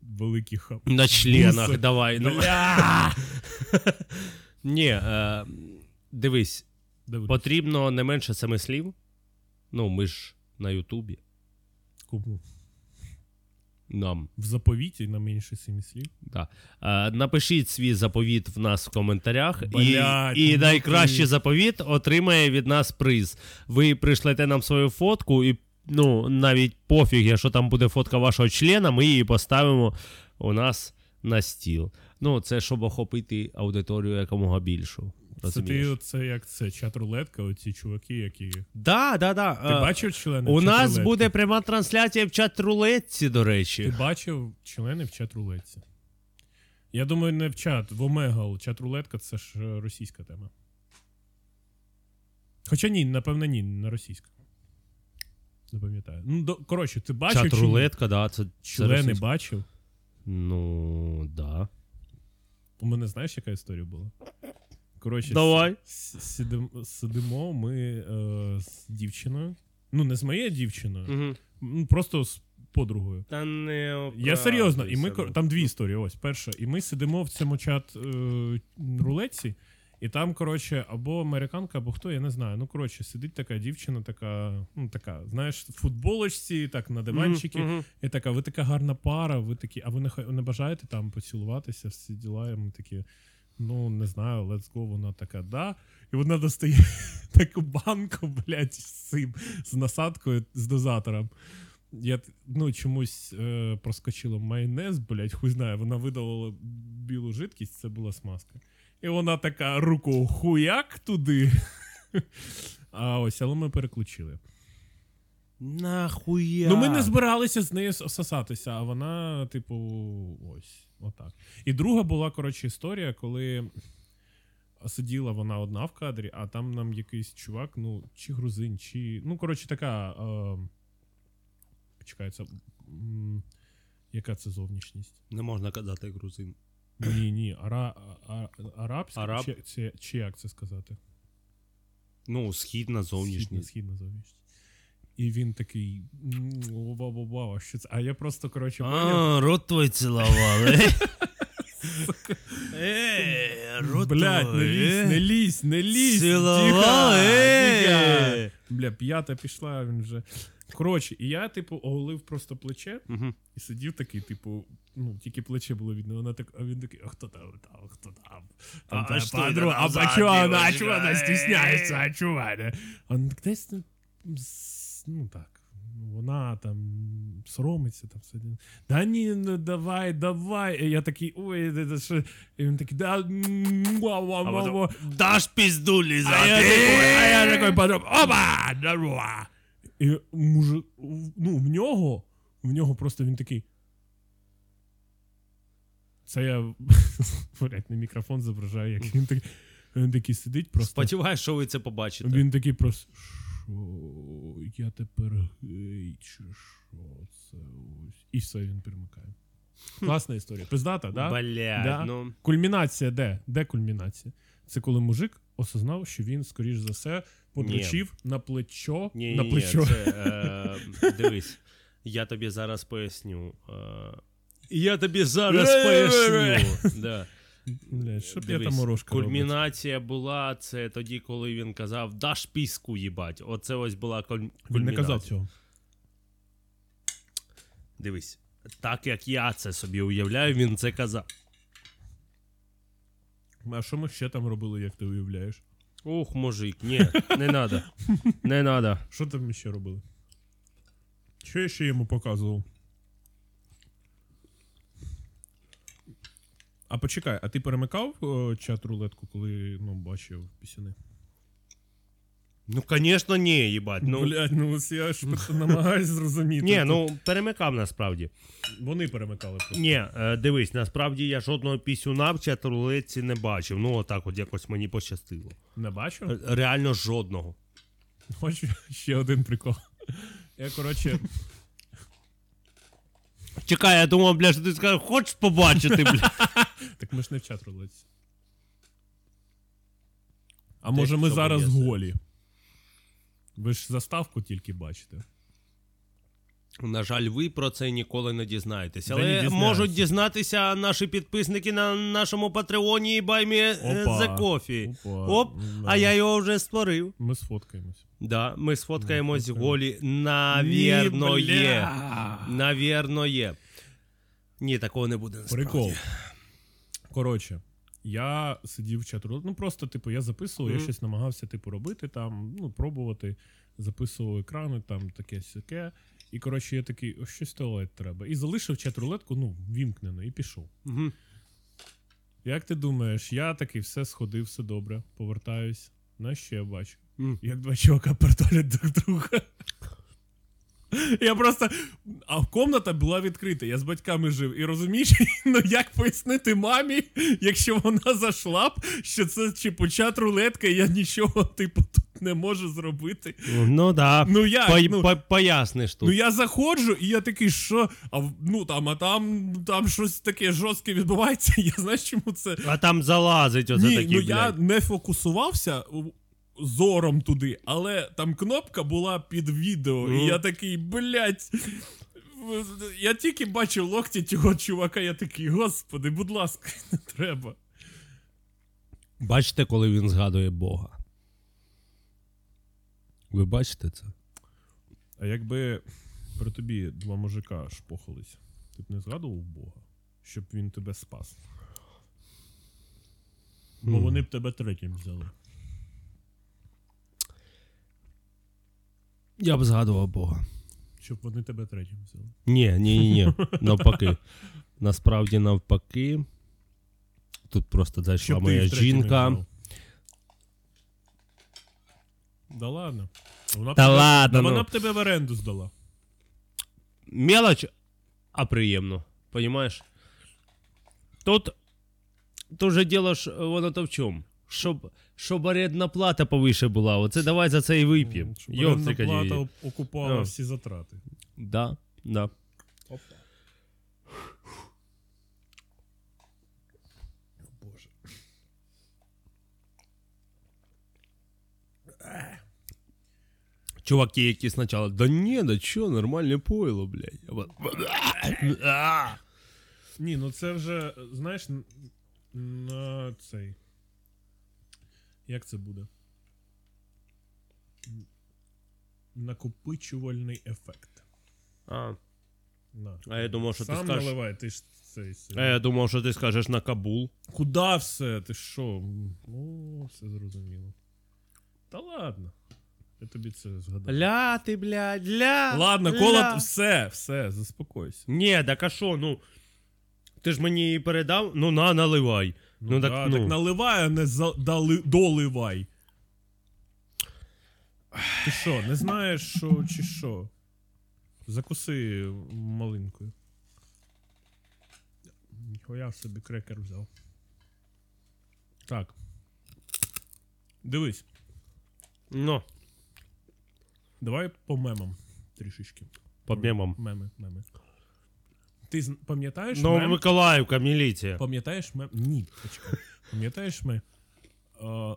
Speaker 2: великих хаб.
Speaker 1: На членах,
Speaker 2: Буси.
Speaker 1: давай. Ну. (laughs)
Speaker 2: Бля!
Speaker 1: Ні, е, дивись,
Speaker 2: Дивись.
Speaker 1: потрібно не менше семи слів. Ну, ми ж на Ютубі.
Speaker 2: Кому?
Speaker 1: Нам.
Speaker 2: В заповіті на менше сімі слів.
Speaker 1: Да. Е, напишіть свій заповіт в нас в коментарях.
Speaker 2: Блядь,
Speaker 1: і і
Speaker 2: ну
Speaker 1: найкращий
Speaker 2: ти.
Speaker 1: заповіт отримає від нас приз. Ви прийшлете нам свою фотку, і ну, навіть пофіг, якщо там буде фотка вашого члена, ми її поставимо у нас на стіл. Ну, це щоб охопити аудиторію якомога більшу.
Speaker 2: Це ти
Speaker 1: Розумієш?
Speaker 2: оце як це чат-рулетка, оці чуваки, які. Ти
Speaker 1: Да, да, да. Е,
Speaker 2: бачив члени?
Speaker 1: у
Speaker 2: в
Speaker 1: нас
Speaker 2: чат-рулетці?
Speaker 1: буде пряма трансляція в чат рулетці, до
Speaker 2: Ти
Speaker 1: речі.
Speaker 2: бачив члени в чат-рулетці? Я думаю, не в чат, в Омегал. Чат-рулетка це ж е, російська тема. Хоча ні, напевно, ні, не російська. Не пам'ятаю. Ну, до, коротше, ти бачив.
Speaker 1: Чат
Speaker 2: чи ні?
Speaker 1: рулетка, да, це, це
Speaker 2: Члени
Speaker 1: російська.
Speaker 2: бачив.
Speaker 1: Ну, да.
Speaker 2: У мене знаєш, яка історія була? Коротше,
Speaker 1: Давай.
Speaker 2: с- сидим- сидимо ми е, з дівчиною. Ну, не з моєю дівчиною.
Speaker 1: Угу.
Speaker 2: Ну, Просто з подругою.
Speaker 1: Та не
Speaker 2: Я серйозно, і ми
Speaker 1: оправдуйся,
Speaker 2: кор-
Speaker 1: ну.
Speaker 2: там дві історії. Ось перша. І ми сидимо в цьому чат е, рулетці, і там, коротше, або американка, або хто, я не знаю. Ну, коротше, сидить така дівчина, така, ну така, знаєш, в футболочці, так на диванчику.
Speaker 1: Мгм, мгм.
Speaker 2: І така, ви така гарна пара, ви такі, а ви не, хо- не бажаєте там поцілуватися, всі діла, і ми такі, ну не знаю, let's go, вона така, да. І вона достає (laughs) таку банку, блядь, з цим, з насадкою, з дозатором. Я т- ну, чомусь е, проскочило майонез, блядь, хуй знає, вона видавала білу жидкість, це була смазка. І вона така руку хуяк туди. (laughs) А ось, але ми переключили.
Speaker 1: Нахуя?
Speaker 2: Ну, ми не збиралися з нею сосатися, а вона, типу, ось, отак. І друга була, коротше, історія, коли сиділа вона одна в кадрі, а там нам якийсь чувак, ну, чи грузин, чи. Ну, коротше, така. Е... Почекай, це. м, Яка це зовнішність?
Speaker 1: Не можна казати грузин.
Speaker 2: Ні, ні, ара... а- арабська,
Speaker 1: Араб?
Speaker 2: Чи, чи, чи як це сказати?
Speaker 1: Ну, східна
Speaker 2: Східна,
Speaker 1: зовнішність.
Speaker 2: східна зовнішність. І він такий. Вау-вау-вау, що це? А я просто, коротше, поняв,
Speaker 1: А, рот твой (laughs) цілували. Ей, Е, рот
Speaker 2: Блять, не
Speaker 1: твой,
Speaker 2: лізь,
Speaker 1: е?
Speaker 2: не лізь, не лізь.
Speaker 1: Цілувала,
Speaker 2: тихо,
Speaker 1: е.
Speaker 2: тихо. Бля, п'ята пішла, він вже. Коротше, і я, типу, оголив просто плече
Speaker 1: Мгм.
Speaker 2: і сидів такий, типу, ну, тільки плече було видно. Вона так, а він такий, а хто там, там, хто там?
Speaker 1: А,
Speaker 2: Там
Speaker 1: а
Speaker 2: твоя
Speaker 1: що
Speaker 2: подруга,
Speaker 1: это
Speaker 2: а
Speaker 1: за
Speaker 2: чого вона, а
Speaker 1: девочка?
Speaker 2: чого вона стісняється, а чого вона? А ну, десь, ну, з- ну так, вона там соромиться, там все. Да ні, ну давай, давай. І я такий, ой, це- це що? І він такий, да, м, ва, ва,
Speaker 1: А
Speaker 2: ва,
Speaker 1: потім,
Speaker 2: ва.
Speaker 1: Даш пізду лізати. Е.
Speaker 2: А я такой, а я такой подумав, опа, здорово. І мужик, ну, в нього, в нього просто він такий. Це я, (laughs) блядь, на мікрофон зображаю, як він такий, він такий сидить просто.
Speaker 1: Сподіваюсь, що ви це побачите.
Speaker 2: Він такий просто. Що? Я тепер гей, чи що це ось. І все, він перемикає. Класна історія. Пиздата, да?
Speaker 1: Блядь,
Speaker 2: Да.
Speaker 1: ну.
Speaker 2: Кульмінація де? Де кульмінація? Це коли мужик осознав, що він, скоріш за все, подручив на плечо.
Speaker 1: Ні,
Speaker 2: на
Speaker 1: ні,
Speaker 2: плечо. (laughs)
Speaker 1: ні, це, (laughs) е, дивись, я тобі зараз поясню. Е, я тобі зараз
Speaker 2: Ре-
Speaker 1: поясню. Да.
Speaker 2: Бля, що б я
Speaker 1: Дивись,
Speaker 2: там морожка робить?
Speaker 1: Кульмінація була це тоді, коли він казав Даш піску їбать. Оце ось була куль...
Speaker 2: Він не
Speaker 1: кульмінація.
Speaker 2: казав цього.
Speaker 1: Дивись, так як я це собі уявляю, він це казав.
Speaker 2: А що ми ще там робили, як ти уявляєш?
Speaker 1: Ух, мужик, ні, не надо. Не надо.
Speaker 2: Що там ми ще робили? Що я ще йому показував? А почекай, а ти перемикав о, чат рулетку, коли ну, бачив пісюни?
Speaker 1: Ну, звісно, ні, їбать.
Speaker 2: Ну,
Speaker 1: Ну,
Speaker 2: Блять, ну
Speaker 1: (laughs)
Speaker 2: ось я ж намагаюсь зрозуміти.
Speaker 1: ні, ну перемикав насправді.
Speaker 2: Вони перемикали просто.
Speaker 1: Ні, е, дивись, насправді я жодного пісюна в чатурлиці не бачив. Ну, отак, от якось мені пощастило.
Speaker 2: Не бачу.
Speaker 1: Р- Реально жодного.
Speaker 2: Хочу ще один прикол. Я, коротше,
Speaker 1: Чекай, я думав, бля, що ти скажеш, хочеш побачити, бля.
Speaker 2: так ми ж не в чат рулиться. А може
Speaker 1: в
Speaker 2: ми
Speaker 1: цьому
Speaker 2: зараз
Speaker 1: є сенс.
Speaker 2: голі? Ви ж заставку тільки бачите.
Speaker 1: На жаль, ви про це ніколи не дізнаєтеся.
Speaker 2: Да ні,
Speaker 1: Але
Speaker 2: дізнаюся.
Speaker 1: можуть дізнатися наші підписники на нашому Патреоні і баймі
Speaker 2: Опа.
Speaker 1: Е, за кофі.
Speaker 2: Опа.
Speaker 1: Оп, а
Speaker 2: Да.
Speaker 1: я його вже створив.
Speaker 2: Ми сфоткаємось.
Speaker 1: Да, ми сфоткаємось
Speaker 2: Ні,
Speaker 1: голі. Навірно
Speaker 2: Ні, бля.
Speaker 1: є. Навірно є. Ні, такого не буде. насправді.
Speaker 2: Прикол. Коротше, я сидів в чатру. Ну просто, типу, я записував,
Speaker 1: Мгм.
Speaker 2: я щось намагався, типу, робити там, ну, пробувати, записував екрани, там таке сяке. І коротше, я такий, «О, щось туалет треба. І залишив чат-рулетку, ну, вімкнено, і пішов.
Speaker 1: Мгм.
Speaker 2: Як ти думаєш, я такий все сходив, все добре, повертаюсь. На що я бачу?
Speaker 1: Мгм.
Speaker 2: Як два чувака портолять друг друга. Я просто. А комната була відкрита, я з батьками жив. І розумієш, (laughs) ну як пояснити мамі, якщо вона зайшла б, що це чи почат рулетка, і я нічого, типу, тут не можу зробити.
Speaker 1: Ну да.
Speaker 2: Ну як?
Speaker 1: Пой-
Speaker 2: ну,
Speaker 1: по- Поясниш
Speaker 2: Ну
Speaker 1: тут.
Speaker 2: я заходжу, і я такий, що? А в- ну там, а там, там щось таке жорстке відбувається. (laughs) Я знаєш, чому це
Speaker 1: А там залазить оце
Speaker 2: Ні,
Speaker 1: такі,
Speaker 2: ну я
Speaker 1: блядь.
Speaker 2: не фокусувався у- зором туди, але там кнопка була під відео,
Speaker 1: Ну.
Speaker 2: і я такий, блядь, Я тільки бачив локті цього чувака, я такий, господи, будь ласка, (laughs) не треба.
Speaker 1: Бачите, коли він згадує Бога. Ви бачите це?
Speaker 2: А якби при тобі два мужика шпохались, ти б не згадував Бога, щоб він тебе спас. Бо
Speaker 1: Мгм.
Speaker 2: вони б тебе третім взяли.
Speaker 1: Я б згадував Бога.
Speaker 2: Щоб вони тебе третім взяли.
Speaker 1: Ні, ні, ні, ні. Навпаки. Насправді, навпаки. Тут просто зайшла
Speaker 2: Щоб ти
Speaker 1: моя
Speaker 2: їх третім
Speaker 1: жінка.
Speaker 2: взяв. Да ладно. Вона б
Speaker 1: Та
Speaker 2: тебе-
Speaker 1: ладно,
Speaker 2: Вона
Speaker 1: ну.
Speaker 2: б тебе в оренду здала.
Speaker 1: мелочь, а приємно. Понимаешь? Тут тоже дело ж воно то в чому. Щоб, щоб орендна плата повише була. Оце давай за це і вип'ємо.
Speaker 2: Щоб орендна плата
Speaker 1: Йовцика.
Speaker 2: оп- окупала
Speaker 1: Ну.
Speaker 2: всі затрати.
Speaker 1: Да, да.
Speaker 2: Опа. О, Боже.
Speaker 1: Чуваки, які спочатку, да ні, да чо, нормальне пойло, блядь. А потім, «А!»
Speaker 2: Ні, ну це вже, знаєш, н- на цей. Як це буде? Н- Накопичувальний ефект.
Speaker 1: А,
Speaker 2: На.
Speaker 1: а я думав, що ти
Speaker 2: Сам
Speaker 1: скажеш.
Speaker 2: наливай, ти ж цей. сидиш.
Speaker 1: А я думав, що ти скажеш на Кабул.
Speaker 2: Куда все? Ти що? Ну, все зрозуміло. Та ладно. Я тобі це згадав.
Speaker 1: Ля ти, блядь, ля.
Speaker 2: Ладно,
Speaker 1: ля.
Speaker 2: коло все, все, заспокойся.
Speaker 1: Ні, так а що, ну. Ти ж мені її передав, ну на, наливай. Ну, так,
Speaker 2: да,
Speaker 1: ну.
Speaker 2: так наливай, а не за, дали, доливай. Ти що, не знаєш, що чи що? Закуси малинкою. Ніхуя собі крекер взяв. Так. Дивись,
Speaker 1: Ну,
Speaker 2: давай по мемам трішечки.
Speaker 1: по мемам.
Speaker 2: Меми, меми. Ти зн- пам'ятаєш?
Speaker 1: Ну,
Speaker 2: мем?
Speaker 1: Миколаївка, міліція.
Speaker 2: Пам'ятаєш ми? Ні, почекай. Пам'ятаєш ми? А, э,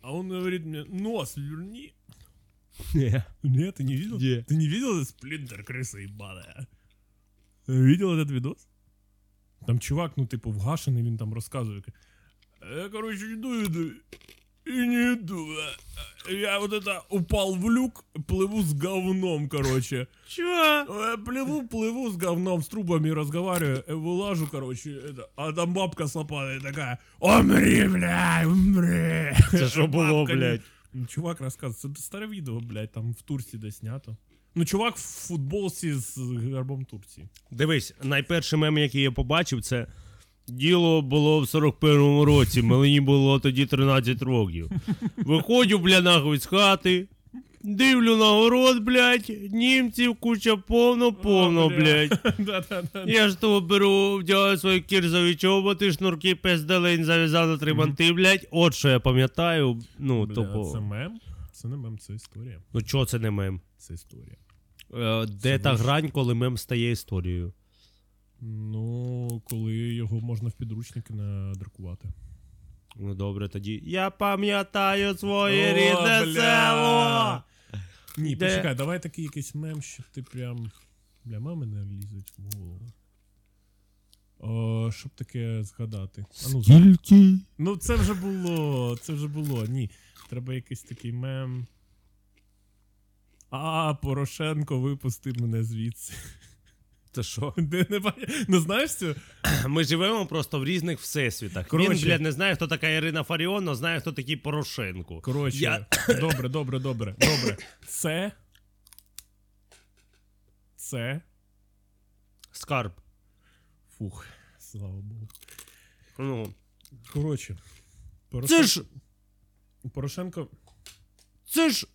Speaker 2: а он говорит мне, нос верни. Нет, ты не видел?
Speaker 1: Не.
Speaker 2: Ты не видел этот сплинтер, крыса ебаная? Видел этот видос? Там чувак, ну, типу, вгашений, він там розказує. ка- «А Я, короче, иду, иду, и не иду. а. Я вот это упал в люк, плыву с говном, короче.
Speaker 1: Чо?
Speaker 2: Э, Плыву, плыву с говном, с трубами разговариваю, э, вылажу, короче, это, а там бабка с лопатой такая, умри, блядь, умри.
Speaker 1: Це що було,
Speaker 2: Бабка не-
Speaker 1: блядь?
Speaker 2: Ну, Чувак рассказывает, это старе відео, блядь, там в Турції де снято. Ну, чувак в футболці з гербом Турції.
Speaker 1: Дивись, найперший мем, який я побачив, це діло було в 41-му році. Мені було тоді 13 років. Виходжу, бля, нахуй з хати. Дивлю на город, блядь, німців куча повно-повно,
Speaker 2: О, бля.
Speaker 1: блядь.
Speaker 2: Да-да-да.
Speaker 1: Я ж того беру, вдягаю свої кірзові чоботи, шнурки пизделень зав'язав на три банти, блядь. От що я пам'ятаю, ну,
Speaker 2: Бля,
Speaker 1: топо.
Speaker 2: Це мем? Це не мем, це історія.
Speaker 1: Ну чого це не мем?
Speaker 2: Це історія.
Speaker 1: Е, Де та грань, коли мем стає історією?
Speaker 2: Ну, коли його можна в підручники надрукувати.
Speaker 1: Ну добре, тоді. Я пам'ятаю своє
Speaker 2: О,
Speaker 1: рідне
Speaker 2: бля.
Speaker 1: село. (clears throat)
Speaker 2: Ні,
Speaker 1: Де?
Speaker 2: почекай, давай такий якийсь мем, що ти прям. Бля, мами не лізуть в голову. О, щоб таке згадати. А ну, за-
Speaker 1: Скільки?
Speaker 2: ну це вже було. Це вже було. Ні. Треба якийсь такий мем. А, Порошенко, випусти мене звідси.
Speaker 1: Це що?
Speaker 2: Ти не бачиш? Ну знаєш цю?
Speaker 1: Ми живемо просто в різних всесвітах. Він,
Speaker 2: Коротше.
Speaker 1: блядь, не знає, хто така Ірина Фаріон, але знає, хто такий Порошенко.
Speaker 2: Коротше,
Speaker 1: Я-
Speaker 2: (coughs) добре, добре, добре, добре. Це. Це.
Speaker 1: Скарб.
Speaker 2: Фух, слава Богу.
Speaker 1: Ну.
Speaker 2: Коротше.
Speaker 1: Це ж.
Speaker 2: Порошенко.
Speaker 1: Це ж.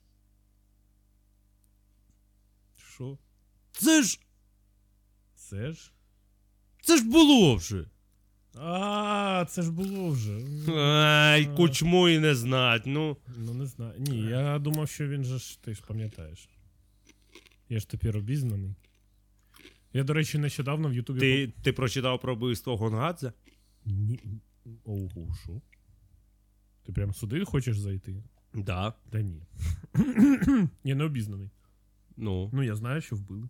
Speaker 2: Що?
Speaker 1: Це ж.
Speaker 2: Це ж?
Speaker 1: Це ж було вже.
Speaker 2: А, це ж було вже. М, Е.
Speaker 1: Ай, кучму і не знать. Ну.
Speaker 2: Ну не знаю. Ні, я думав, що він же ж ти ж пам'ятаєш. Я ж тепер обізнаний. Я, до речі, нещодавно в Ютубі.
Speaker 1: Ти, ти прочитав про вбивство Гонгадзе?
Speaker 2: по- Ні. Ого, що? Ти прям сюди хочеш зайти?
Speaker 1: Да. (coughs)
Speaker 2: Та ні. я не обізнаний.
Speaker 1: Ну.
Speaker 2: Ну, я знаю, що вбили.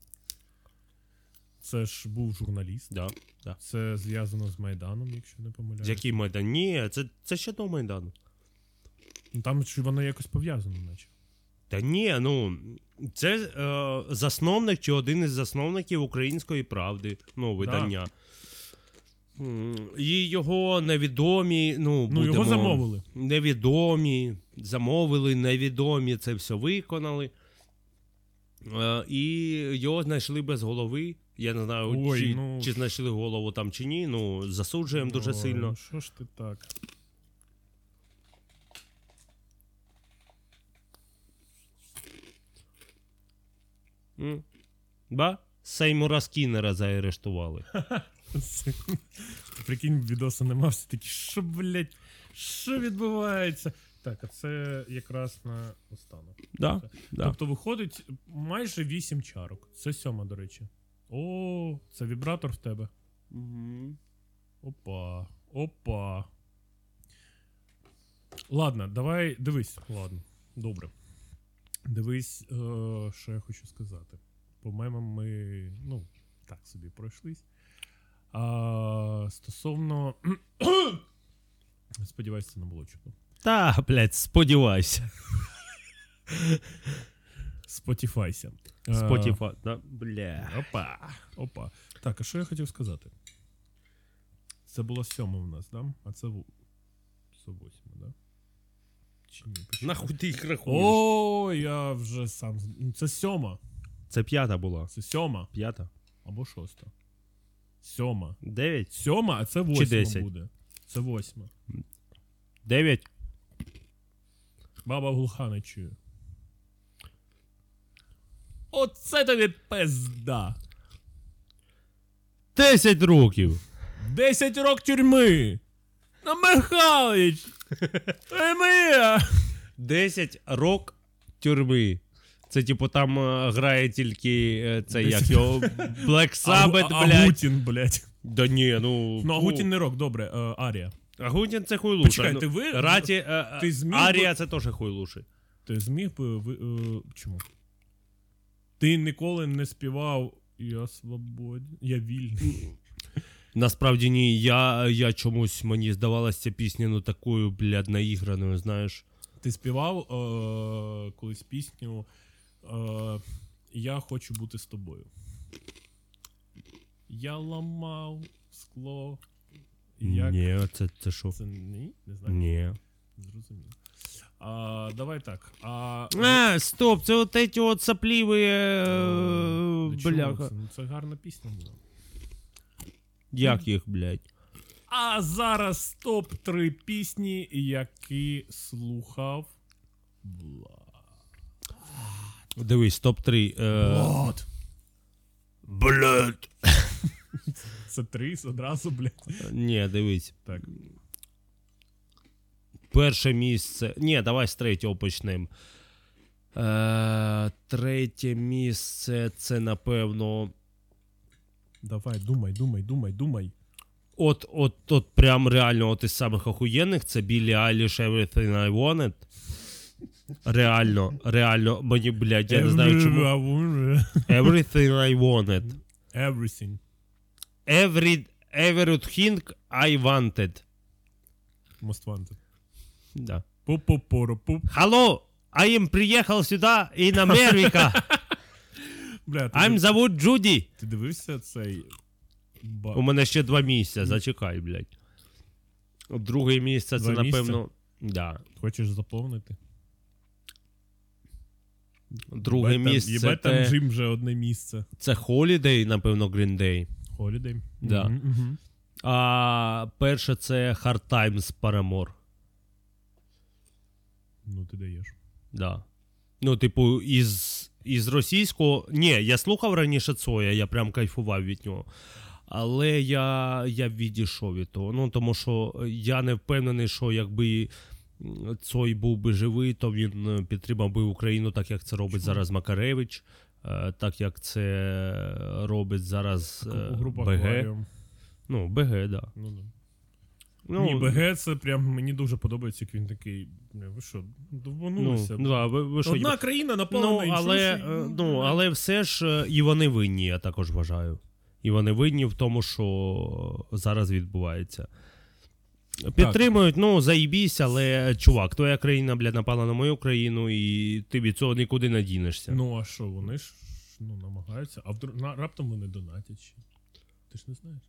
Speaker 2: Це ж був журналіст.
Speaker 1: Да, да.
Speaker 2: Це зв'язано з Майданом, якщо не помиляюсь.
Speaker 1: З який Майдан? Ні, це, це ще до Майдану.
Speaker 2: Ну, там ж воно якось пов'язано, наче.
Speaker 1: Та ні, ну це е, засновник чи один із засновників української правди, ну, видання. М, І його невідомі, ну,
Speaker 2: Ну, його
Speaker 1: будемо-
Speaker 2: замовили.
Speaker 1: Невідомі, замовили, невідомі, це все виконали. Е, і його знайшли без голови. Я не знаю,
Speaker 2: Ой,
Speaker 1: чи,
Speaker 2: ну.
Speaker 1: чи знайшли голову там чи ні. Ну, засуджуємо дуже
Speaker 2: Ой,
Speaker 1: сильно.
Speaker 2: ну Що ж ти так? (laughs)
Speaker 1: М. Ба? Сеймура Скіннера заарештували.
Speaker 2: Це- Прикинь, відоса нема, всі такі, що, блядь, що відбувається? Так, а це якраз на останок.
Speaker 1: Да, да.
Speaker 2: Тобто виходить майже 8 чарок. Це сьома, до речі. О, це вібратор в тебе. Опа, опа. Ладно, давай дивись. Ладно, добре. Дивись, е, що я хочу сказати. По мемам ми, ну, так собі пройшлись. А, стосовно. (coughs) Сподіваюсь, це не було чутно.
Speaker 1: Та, блядь, сподівайся.
Speaker 2: Спотіфайся. Е,
Speaker 1: Спотіфа. Да, бля.
Speaker 2: Опа. Опа. Так, а що я хотів сказати? Це була сьома в нас, да? А це, ву- це восьма, да? Чи ні? Почекай.
Speaker 1: Нахуй ти їх рахуєш?
Speaker 2: О, я вже сам. з- Ну, Це сьома.
Speaker 1: Це п'ята була.
Speaker 2: Це сьома.
Speaker 1: П'ята.
Speaker 2: Або шоста. Сьома.
Speaker 1: Дев'ять?
Speaker 2: Сьома, а це восьма
Speaker 1: десять?
Speaker 2: буде. Це восьма.
Speaker 1: Дев'ять.
Speaker 2: Баба глуха не чує. Оце тобі пизда.
Speaker 1: Десять років.
Speaker 2: 10 років тюрми. На
Speaker 1: (laughs)
Speaker 2: Михайлович. Е, моя.
Speaker 1: Десять рок тюрми. Це типу там е, грає тільки е, це як
Speaker 2: Десять.
Speaker 1: його Black Sabbath,
Speaker 2: Агу-
Speaker 1: блядь.
Speaker 2: Агутін, блядь.
Speaker 1: Да ні, ну. фу.
Speaker 2: Ну, Агутін не рок, добре, е, Арія.
Speaker 1: Агутін це хуйлуша.
Speaker 2: Почекай,
Speaker 1: Ну,
Speaker 2: ти ви-
Speaker 1: Раті, е, е,
Speaker 2: ти зміг би-
Speaker 1: Арія це теж хуйлуший.
Speaker 2: Ти зміг би ви. е, чому? Ти ніколи не співав Я свободен. Я вільний.
Speaker 1: Насправді ні, я, я чомусь мені здавалася ця пісня ну такою, блядь, наіграною, знаєш.
Speaker 2: Ти співав е, колись пісню е, Я хочу бути з тобою. Я ламав скло. Як?
Speaker 1: Ні, це, це що?
Speaker 2: Це ні, не знаю.
Speaker 1: Ні.
Speaker 2: Зрозуміло. А, давай так. А,
Speaker 1: А, стоп, це от эти от сопливі. е,
Speaker 2: Е, чому
Speaker 1: Бляха.
Speaker 2: Це, Ну, це гарна пісня була.
Speaker 1: Як їх, блядь?
Speaker 2: А зараз топ 3 пісні, які слухав. Влад.
Speaker 1: Дивись, топ-3. Е...
Speaker 2: Влад.
Speaker 1: Блядь.
Speaker 2: Це три одразу, блядь.
Speaker 1: Ні, дивись.
Speaker 2: Так.
Speaker 1: Перше місце. Ні, давай з третього почнемо. Е, третє місце це, напевно.
Speaker 2: Давай, думай, думай, думай, думай.
Speaker 1: От, от, от, прям реально от із самих охуєнних це Білі Айліш Everything I Wanted. Реально, реально, мені, блядь, я не знаю чому. Everything I Wanted.
Speaker 2: Everything.
Speaker 1: Every, everything I wanted.
Speaker 2: Most wanted.
Speaker 1: Да.
Speaker 2: Пу-пу-пору, пу.
Speaker 1: Hello, I am приехал сюда in
Speaker 2: (laughs)
Speaker 1: America.
Speaker 2: Бля, ти,
Speaker 1: I'm
Speaker 2: див-
Speaker 1: зовут Джуді.
Speaker 2: ти дивився цей. Ба...
Speaker 1: У мене ще два місця, зачекай, блядь. Друге місце це,
Speaker 2: Два місця?
Speaker 1: напевно. Да.
Speaker 2: Хочеш заповнити?
Speaker 1: Друге
Speaker 2: Єбать там-
Speaker 1: місце
Speaker 2: Єбать там
Speaker 1: це,
Speaker 2: Джим вже одне місце.
Speaker 1: це Holiday, напевно, Green Day.
Speaker 2: Holiday.
Speaker 1: Да.
Speaker 2: Мгм, мгм.
Speaker 1: А перше це Hard Times Paramore.
Speaker 2: Ну ти даєш.
Speaker 1: Да. Ну, типу, із, із російського. Ні, я слухав раніше Цоя, я прям кайфував від нього. Але я, я відійшов від того. Ну, тому що я не впевнений, що якби м, Цой був би живий, то він е, підтримав би Україну, так як це робить зараз Макаревич, е, так як це робить зараз е,
Speaker 2: У групах
Speaker 1: БГ.
Speaker 2: «Акваріум».
Speaker 1: Ну, БГ, да.
Speaker 2: Ну, да.
Speaker 1: Ну,
Speaker 2: Ні, БГ це прям мені дуже подобається, як він такий. «Бля, Ви що,
Speaker 1: ну,
Speaker 2: довбанулися?
Speaker 1: да, ви, ви що,
Speaker 2: Одна країна напала
Speaker 1: Ну,
Speaker 2: на іншу.
Speaker 1: але,
Speaker 2: Тобто що-
Speaker 1: е, ну, але все ж е, і вони винні, я також вважаю. І вони винні в тому, що зараз відбувається. Підтримують, ну заїбісь, але е, чувак, твоя країна, блядь, напала на мою країну, і ти від цього нікуди не дінешся.
Speaker 2: Ну, а що, вони ж ну, намагаються, а вдруг на, раптом вони донатять ще. Ти ж не знаєш.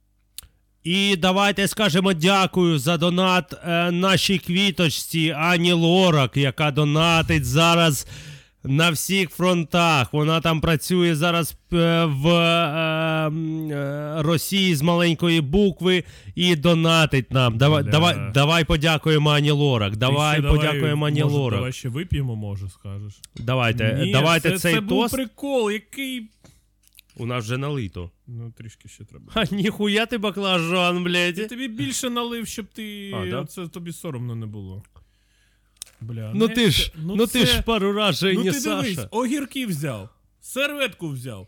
Speaker 1: І давайте скажемо дякую за донат е, нашій квіточці Ані Лорак, яка донатить зараз на всіх фронтах. Вона там працює зараз е, в е, м, е, Росії з маленької букви і донатить нам. Давай,
Speaker 2: Бля.
Speaker 1: давай, давай подякуємо Ані Лорак. Давай
Speaker 2: Ти ще
Speaker 1: подякуємо Ані
Speaker 2: може,
Speaker 1: Лорак.
Speaker 2: Давай ще вип'ємо, може, скажеш.
Speaker 1: Давайте,
Speaker 2: Ні,
Speaker 1: давайте
Speaker 2: це,
Speaker 1: цей
Speaker 2: це
Speaker 1: тост.
Speaker 2: був прикол, який.
Speaker 1: У нас вже налито. (laughs)
Speaker 2: Ну, трішки ще треба.
Speaker 1: А ніхуя ти баклажан,
Speaker 2: Я
Speaker 1: блядь.
Speaker 2: тобі більше налив, щоб ти.
Speaker 1: А, да?
Speaker 2: Це тобі соромно не було. Бля,
Speaker 1: Ну
Speaker 2: не-
Speaker 1: ти ж,
Speaker 2: це-
Speaker 1: ну,
Speaker 2: це-
Speaker 1: ти ж пару раз же
Speaker 2: Ну
Speaker 1: не
Speaker 2: ти дивись,
Speaker 1: Саша.
Speaker 2: огірки взяв, серветку взяв.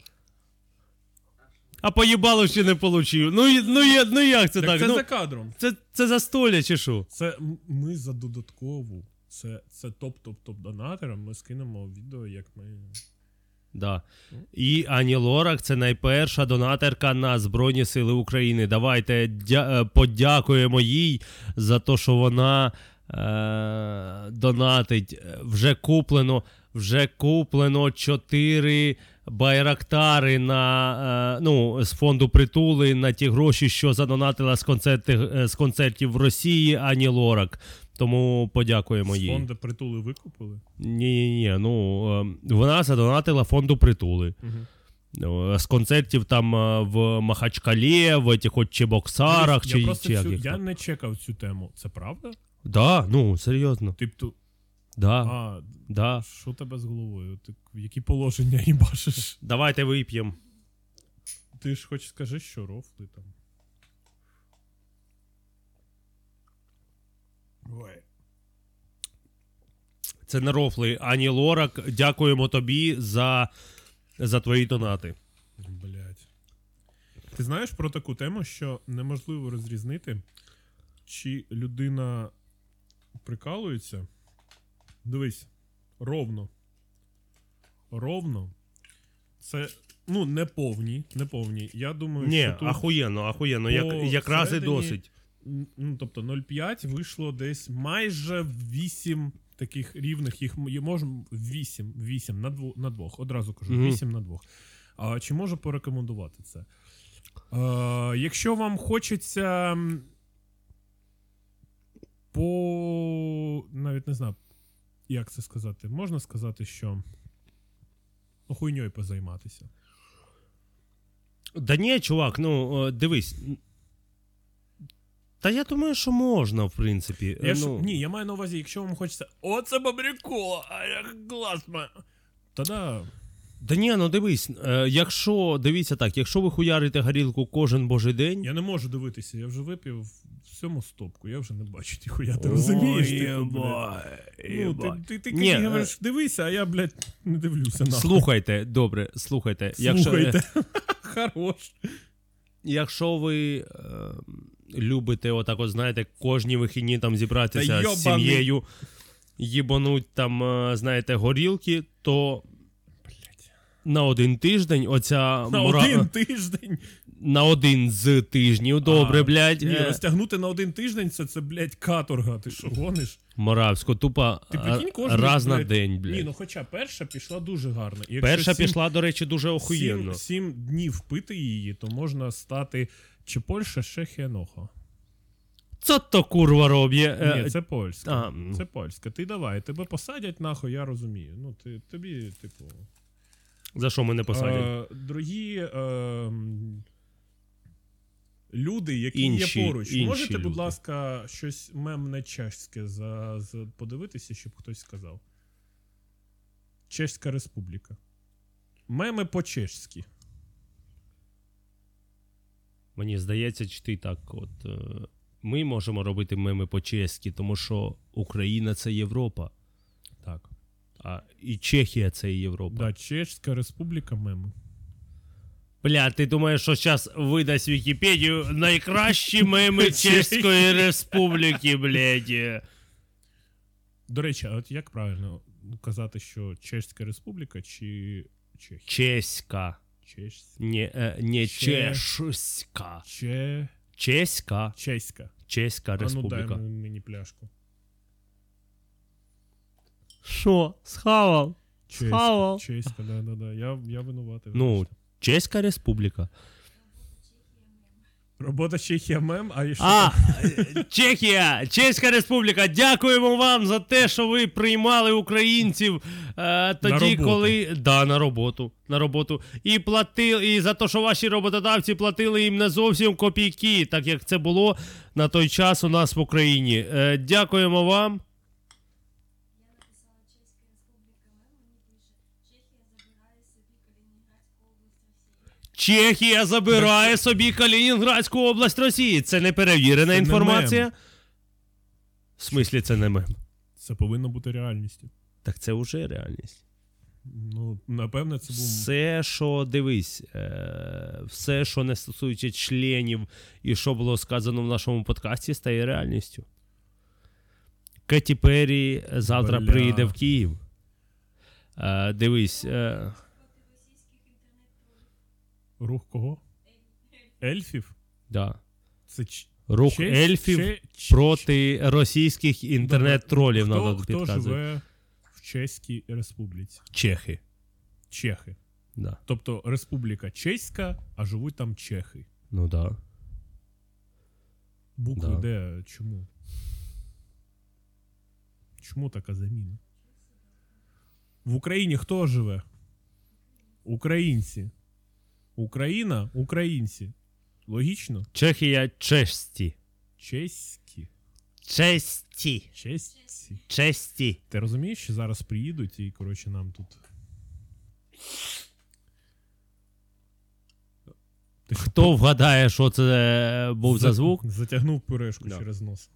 Speaker 1: А поїбало ще не получив. Ну, і- ну, я- ну як це
Speaker 2: Так,
Speaker 1: так?
Speaker 2: це
Speaker 1: ну,
Speaker 2: за кадром.
Speaker 1: це, це за столі чи що?
Speaker 2: Це м- ми за додаткову. Це, це топ-топ-топ донатерам. Ми скинемо відео, як ми.
Speaker 1: Да. І Ані Лорак це найперша донатерка на Збройні Сили України. Давайте дя- е, подякуємо їй за те, що вона е- донатить. Е, Вже куплено, вже куплено 4 байрактари на, е, ну, з фонду притули на ті гроші, що задонатила з, концерти, е, з концертів в Росії Ані Лорак. Тому подякуємо
Speaker 2: З
Speaker 1: їй.
Speaker 2: фонду притули викупили.
Speaker 1: Ні, ні, ні. Ну ем, вона задонатила фонду притули.
Speaker 2: Мгм.
Speaker 1: Е, З концертів там е, в Махачкалі, в цих от Чебоксарах,
Speaker 2: Дивись,
Speaker 1: чи,
Speaker 2: я просто
Speaker 1: чи як
Speaker 2: цю,
Speaker 1: їх
Speaker 2: я
Speaker 1: там.
Speaker 2: не чекав цю тему. Це правда?
Speaker 1: Да, ну серйозно.
Speaker 2: Типу,
Speaker 1: Да,
Speaker 2: а,
Speaker 1: да.
Speaker 2: що тебе з головою? Ти в які положення (laughs) їбашиш?
Speaker 1: Давайте вип'ємо.
Speaker 2: Ти ж хоч скажи, що рофли там. Ой.
Speaker 1: Це не рофли. Ані Лорак, дякуємо тобі за, за твої донати.
Speaker 2: Блять. Ти знаєш про таку тему, що неможливо розрізнити, чи людина прикалується. Дивись, ровно. Ровно. Це, ну, не повні, не повні. Я думаю,
Speaker 1: Ні,
Speaker 2: Ну, що тут,
Speaker 1: ахуєнно, ахуєнно. Як,
Speaker 2: по
Speaker 1: якраз і
Speaker 2: всередині-
Speaker 1: досить.
Speaker 2: м, ну, тобто 0,5 вийшло десь майже 8 таких рівних, їх м- можемо 8, 8 на, дво, на двох, одразу кажу,
Speaker 1: Мгм.
Speaker 2: 8 на двох. А чи можу порекомендувати це? Е, якщо вам хочеться м, по навіть не знаю, як це сказати, можна сказати, що ну, хуйньою позайматися.
Speaker 1: Да ні, чувак, ну е, дивись. Та я думаю, що можна, в принципі.
Speaker 2: Я
Speaker 1: Е,
Speaker 2: ж,
Speaker 1: ну...
Speaker 2: ні, я маю на увазі, якщо вам хочеться. Оце бабрікола, а як класно. Та-да.
Speaker 1: Да ні, ну дивись, е, якщо дивіться так, якщо ви хуярите горілку кожен божий день,
Speaker 2: Я не можу дивитися, я вже випив всьому стопку, я вже не бачу ніхуя, ти розумієш?
Speaker 1: Ой,
Speaker 2: типу, блядь.
Speaker 1: єбай,
Speaker 2: Ну,
Speaker 1: єбай.
Speaker 2: ти, ти, ти
Speaker 1: Ні,
Speaker 2: мені
Speaker 1: е,
Speaker 2: говориш, дивися, а я, блядь, не дивлюся на
Speaker 1: слухайте, добре, слухайте. Якщо, е,
Speaker 2: Слухайте. (laughs) Хорош.
Speaker 1: якщо ви е, любите, отак, от знаєте, кожні вихідні там
Speaker 2: Та
Speaker 1: зібратися
Speaker 2: йобаний.
Speaker 1: з сім'єю, їбануть там, е, знаєте, горілки, то на один тиждень оця
Speaker 2: На
Speaker 1: мора-
Speaker 2: один тиждень.
Speaker 1: на один з тижнів, добре,
Speaker 2: А,
Speaker 1: блядь,
Speaker 2: Ні,
Speaker 1: е,
Speaker 2: розтягнути на один тиждень це, це, блядь, каторга. Ти що гониш?
Speaker 1: Моравську, тупа
Speaker 2: Ти
Speaker 1: а,
Speaker 2: прикинь, кожен
Speaker 1: раз на день, блядь.
Speaker 2: Ні, ну хоча перша пішла дуже гарно. І якщо
Speaker 1: Перша
Speaker 2: сім-
Speaker 1: пішла, до речі, дуже охуєнно.
Speaker 2: Сім, сім днів пити її, то можна стати чи Польща, Чехія, Нохо.
Speaker 1: Це то курва роб'є. Е,
Speaker 2: Ні, це польська.
Speaker 1: а, м.
Speaker 2: Це польська. Ти давай, тебе посадять нахуй, я розумію. Ну, ти, тобі, типу.
Speaker 1: За що мене посадять?
Speaker 2: Е, дорогі е, м, люди, які
Speaker 1: Інші-
Speaker 2: є поруч,
Speaker 1: інші
Speaker 2: можете, будь
Speaker 1: люди.
Speaker 2: ласка, щось мемне чеське за, за подивитися, щоб хтось сказав. Чеська Республіка. Меми по-чеськи.
Speaker 1: Мені здається, чи ти так от. е, Ми можемо робити меми по-чеськи, тому що Україна це Європа,
Speaker 2: Так.
Speaker 1: а і Чехія це Європа.
Speaker 2: Да, Чеська Республіка меми.
Speaker 1: Бля, ти думаєш, що зараз видасть Вікіпедію найкращі меми
Speaker 2: (laughs)
Speaker 1: Чеської Республіки, блядь.
Speaker 2: До речі, а от як правильно казати, що Чеська Республіка чи Чехія?
Speaker 1: Чеська.
Speaker 2: Чеш...
Speaker 1: Не, е, не
Speaker 2: Че-
Speaker 1: чешська.
Speaker 2: Че...
Speaker 1: Чеська.
Speaker 2: Чеська.
Speaker 1: Чеська
Speaker 2: А ну дай
Speaker 1: республіка.
Speaker 2: м- мені пляшку.
Speaker 1: Що, схавав?
Speaker 2: Чеська,
Speaker 1: Схавав.
Speaker 2: чеська, да, да, да. Я, я винуватий.
Speaker 1: Ну,
Speaker 2: вибачте.
Speaker 1: Чеська республіка.
Speaker 2: Робота Чехія мем, а і що?
Speaker 1: А, е, Чехія, Чеська Республіка, дякуємо вам за те, що ви приймали українців е, тоді,
Speaker 2: роботу.
Speaker 1: коли. Да, на роботу. На роботу. І платили, і за те, що ваші роботодавці платили їм не зовсім копійки, так як це було на той час у нас в Україні. Е, дякуємо вам.
Speaker 3: Я написала Чеська Республіка Мем, мені пише Чехія забирає собі Калінінградську область Росії.
Speaker 1: Чехія забирає собі Калінінградську область Росії. Це не перевірена
Speaker 2: Це не
Speaker 1: інформація.
Speaker 2: мем.
Speaker 1: в смислі, це не мем.
Speaker 2: Це повинно бути реальністю.
Speaker 1: Так це вже реальність.
Speaker 2: Ну, напевне, це був
Speaker 1: Все, що дивись, е, все, що не стосується членів і що було сказано в нашому подкасті, стає реальністю. Кеті Перрі завтра
Speaker 2: Бля.
Speaker 1: прийде в Київ. Е, дивись, е,
Speaker 3: Проти російських інтернет-тролів.
Speaker 2: рух кого? Ельфів?
Speaker 1: да.
Speaker 2: Це ч...
Speaker 1: рух
Speaker 2: честь-
Speaker 1: ельфів
Speaker 2: че- ч-
Speaker 1: проти російських інтернет-тролів.
Speaker 2: хто,
Speaker 1: Надо
Speaker 2: хто
Speaker 1: підказувати.
Speaker 2: живе в Чеській Республіці?
Speaker 1: Чехи.
Speaker 2: Чехи.
Speaker 1: Да.
Speaker 2: Тобто Республіка Чеська, а живуть там чехи.
Speaker 1: Ну да.
Speaker 2: Букви
Speaker 1: Да.
Speaker 2: де? Чому? Чому така заміна? В Україні хто живе? Українці. Україна, українці. Логічно?
Speaker 1: Чехія чешті.
Speaker 2: Чеські.
Speaker 1: Честі.
Speaker 2: Чеські.
Speaker 1: Честі.
Speaker 2: Ти розумієш, що зараз приїдуть і, коротше, нам тут. Ти що,
Speaker 1: Хто вгадає, що це е, був за звук?
Speaker 2: Затягнув пюрешку
Speaker 1: Да.
Speaker 2: через нос.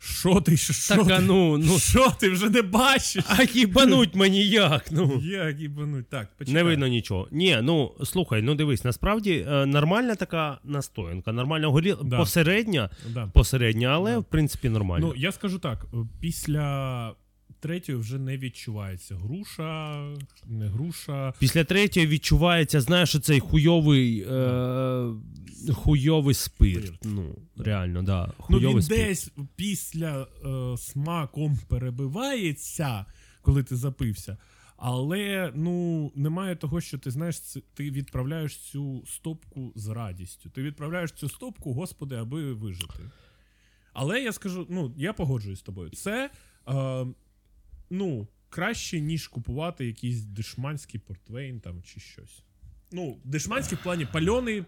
Speaker 2: Що ти? Що, що
Speaker 1: Так а
Speaker 2: ти?
Speaker 1: ну, ну.
Speaker 2: Що ти вже не бачиш?
Speaker 1: А їбануть мені як? Ну.
Speaker 2: Я гібануть. Так, почекай.
Speaker 1: Не видно нічого. Ні, ну слухай, ну дивись, насправді е, нормальна така настоянка, нормальна горіла,
Speaker 2: Да.
Speaker 1: посередня,
Speaker 2: Да.
Speaker 1: посередня, але
Speaker 2: Да.
Speaker 1: в принципі нормальна.
Speaker 2: Ну, я скажу так: е, після третьої вже не відчувається груша, не груша.
Speaker 1: Після третьої відчувається, знаєш, цей хуйовий, е, хуйовий спирт.
Speaker 2: Спирт.
Speaker 1: Ну, реально, да.
Speaker 2: Ну,
Speaker 1: Хуйовий
Speaker 2: він
Speaker 1: спирт.
Speaker 2: десь після е, смаком перебивається, коли ти запився. Але ну немає того, що ти знаєш, ц- ти відправляєш цю стопку з радістю. Ти відправляєш цю стопку, господи, аби вижити. Але я скажу: ну, я погоджуюсь з тобою. Це е, ну, краще, ніж купувати якийсь дешманський портвейн там чи щось. Ну, дешманський в плані пальоний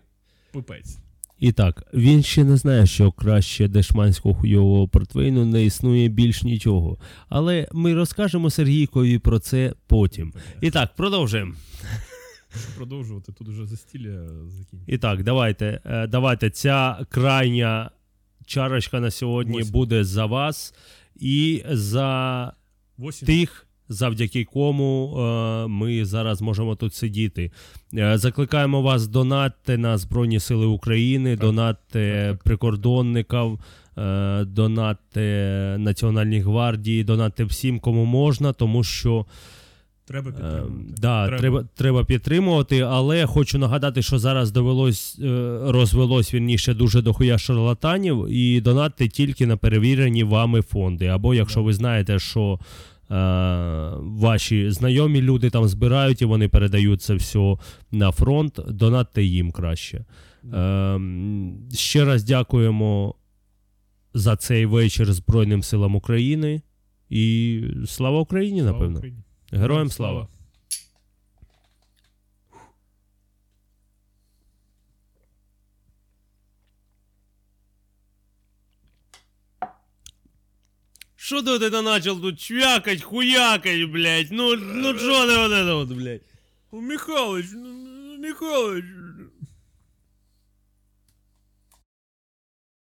Speaker 2: пипець.
Speaker 1: І так, він ще не знає, що краще дешманського хуйового портвейну не існує більш нічого. Але ми розкажемо Сергійкові про це потім. І так, продовжуємо.
Speaker 2: продовжувати. Тут уже застілля закінчить.
Speaker 1: І так, давайте. е, Давайте. Ця крайня чарочка на сьогодні
Speaker 2: Восьма.
Speaker 1: буде за вас і за
Speaker 2: Восім.
Speaker 1: тих, завдяки кому е, ми зараз можемо тут сидіти. Е, закликаємо вас донатити на Збройні Сили України,
Speaker 2: Так.
Speaker 1: донатити
Speaker 2: Так, так.
Speaker 1: прикордонників, е, донатити Національній гвардії, донатити всім, кому можна, тому що.
Speaker 2: Треба підтримувати.
Speaker 1: Е, Да, треба. Треба, підтримувати, але хочу нагадати, що зараз довелось е, розвелось вірніше дуже дохуя шарлатанів і донатити тільки на перевірені вами фонди. Або якщо
Speaker 2: Да.
Speaker 1: ви знаєте, що е, ваші знайомі люди там збирають і вони передають це все на фронт, донатте їм краще.
Speaker 2: Да.
Speaker 1: Ем, ще раз дякуємо за цей вечір Збройним силам України. І слава Україні,
Speaker 2: Слава
Speaker 1: напевно.
Speaker 2: Україні.
Speaker 1: Героям слава. Что ты вот это начал тут чвякать, хуякать, блядь? Ну, ну что ты вот это вот, блядь?
Speaker 2: Ну, Михалыч, ну, ну, Михалыч.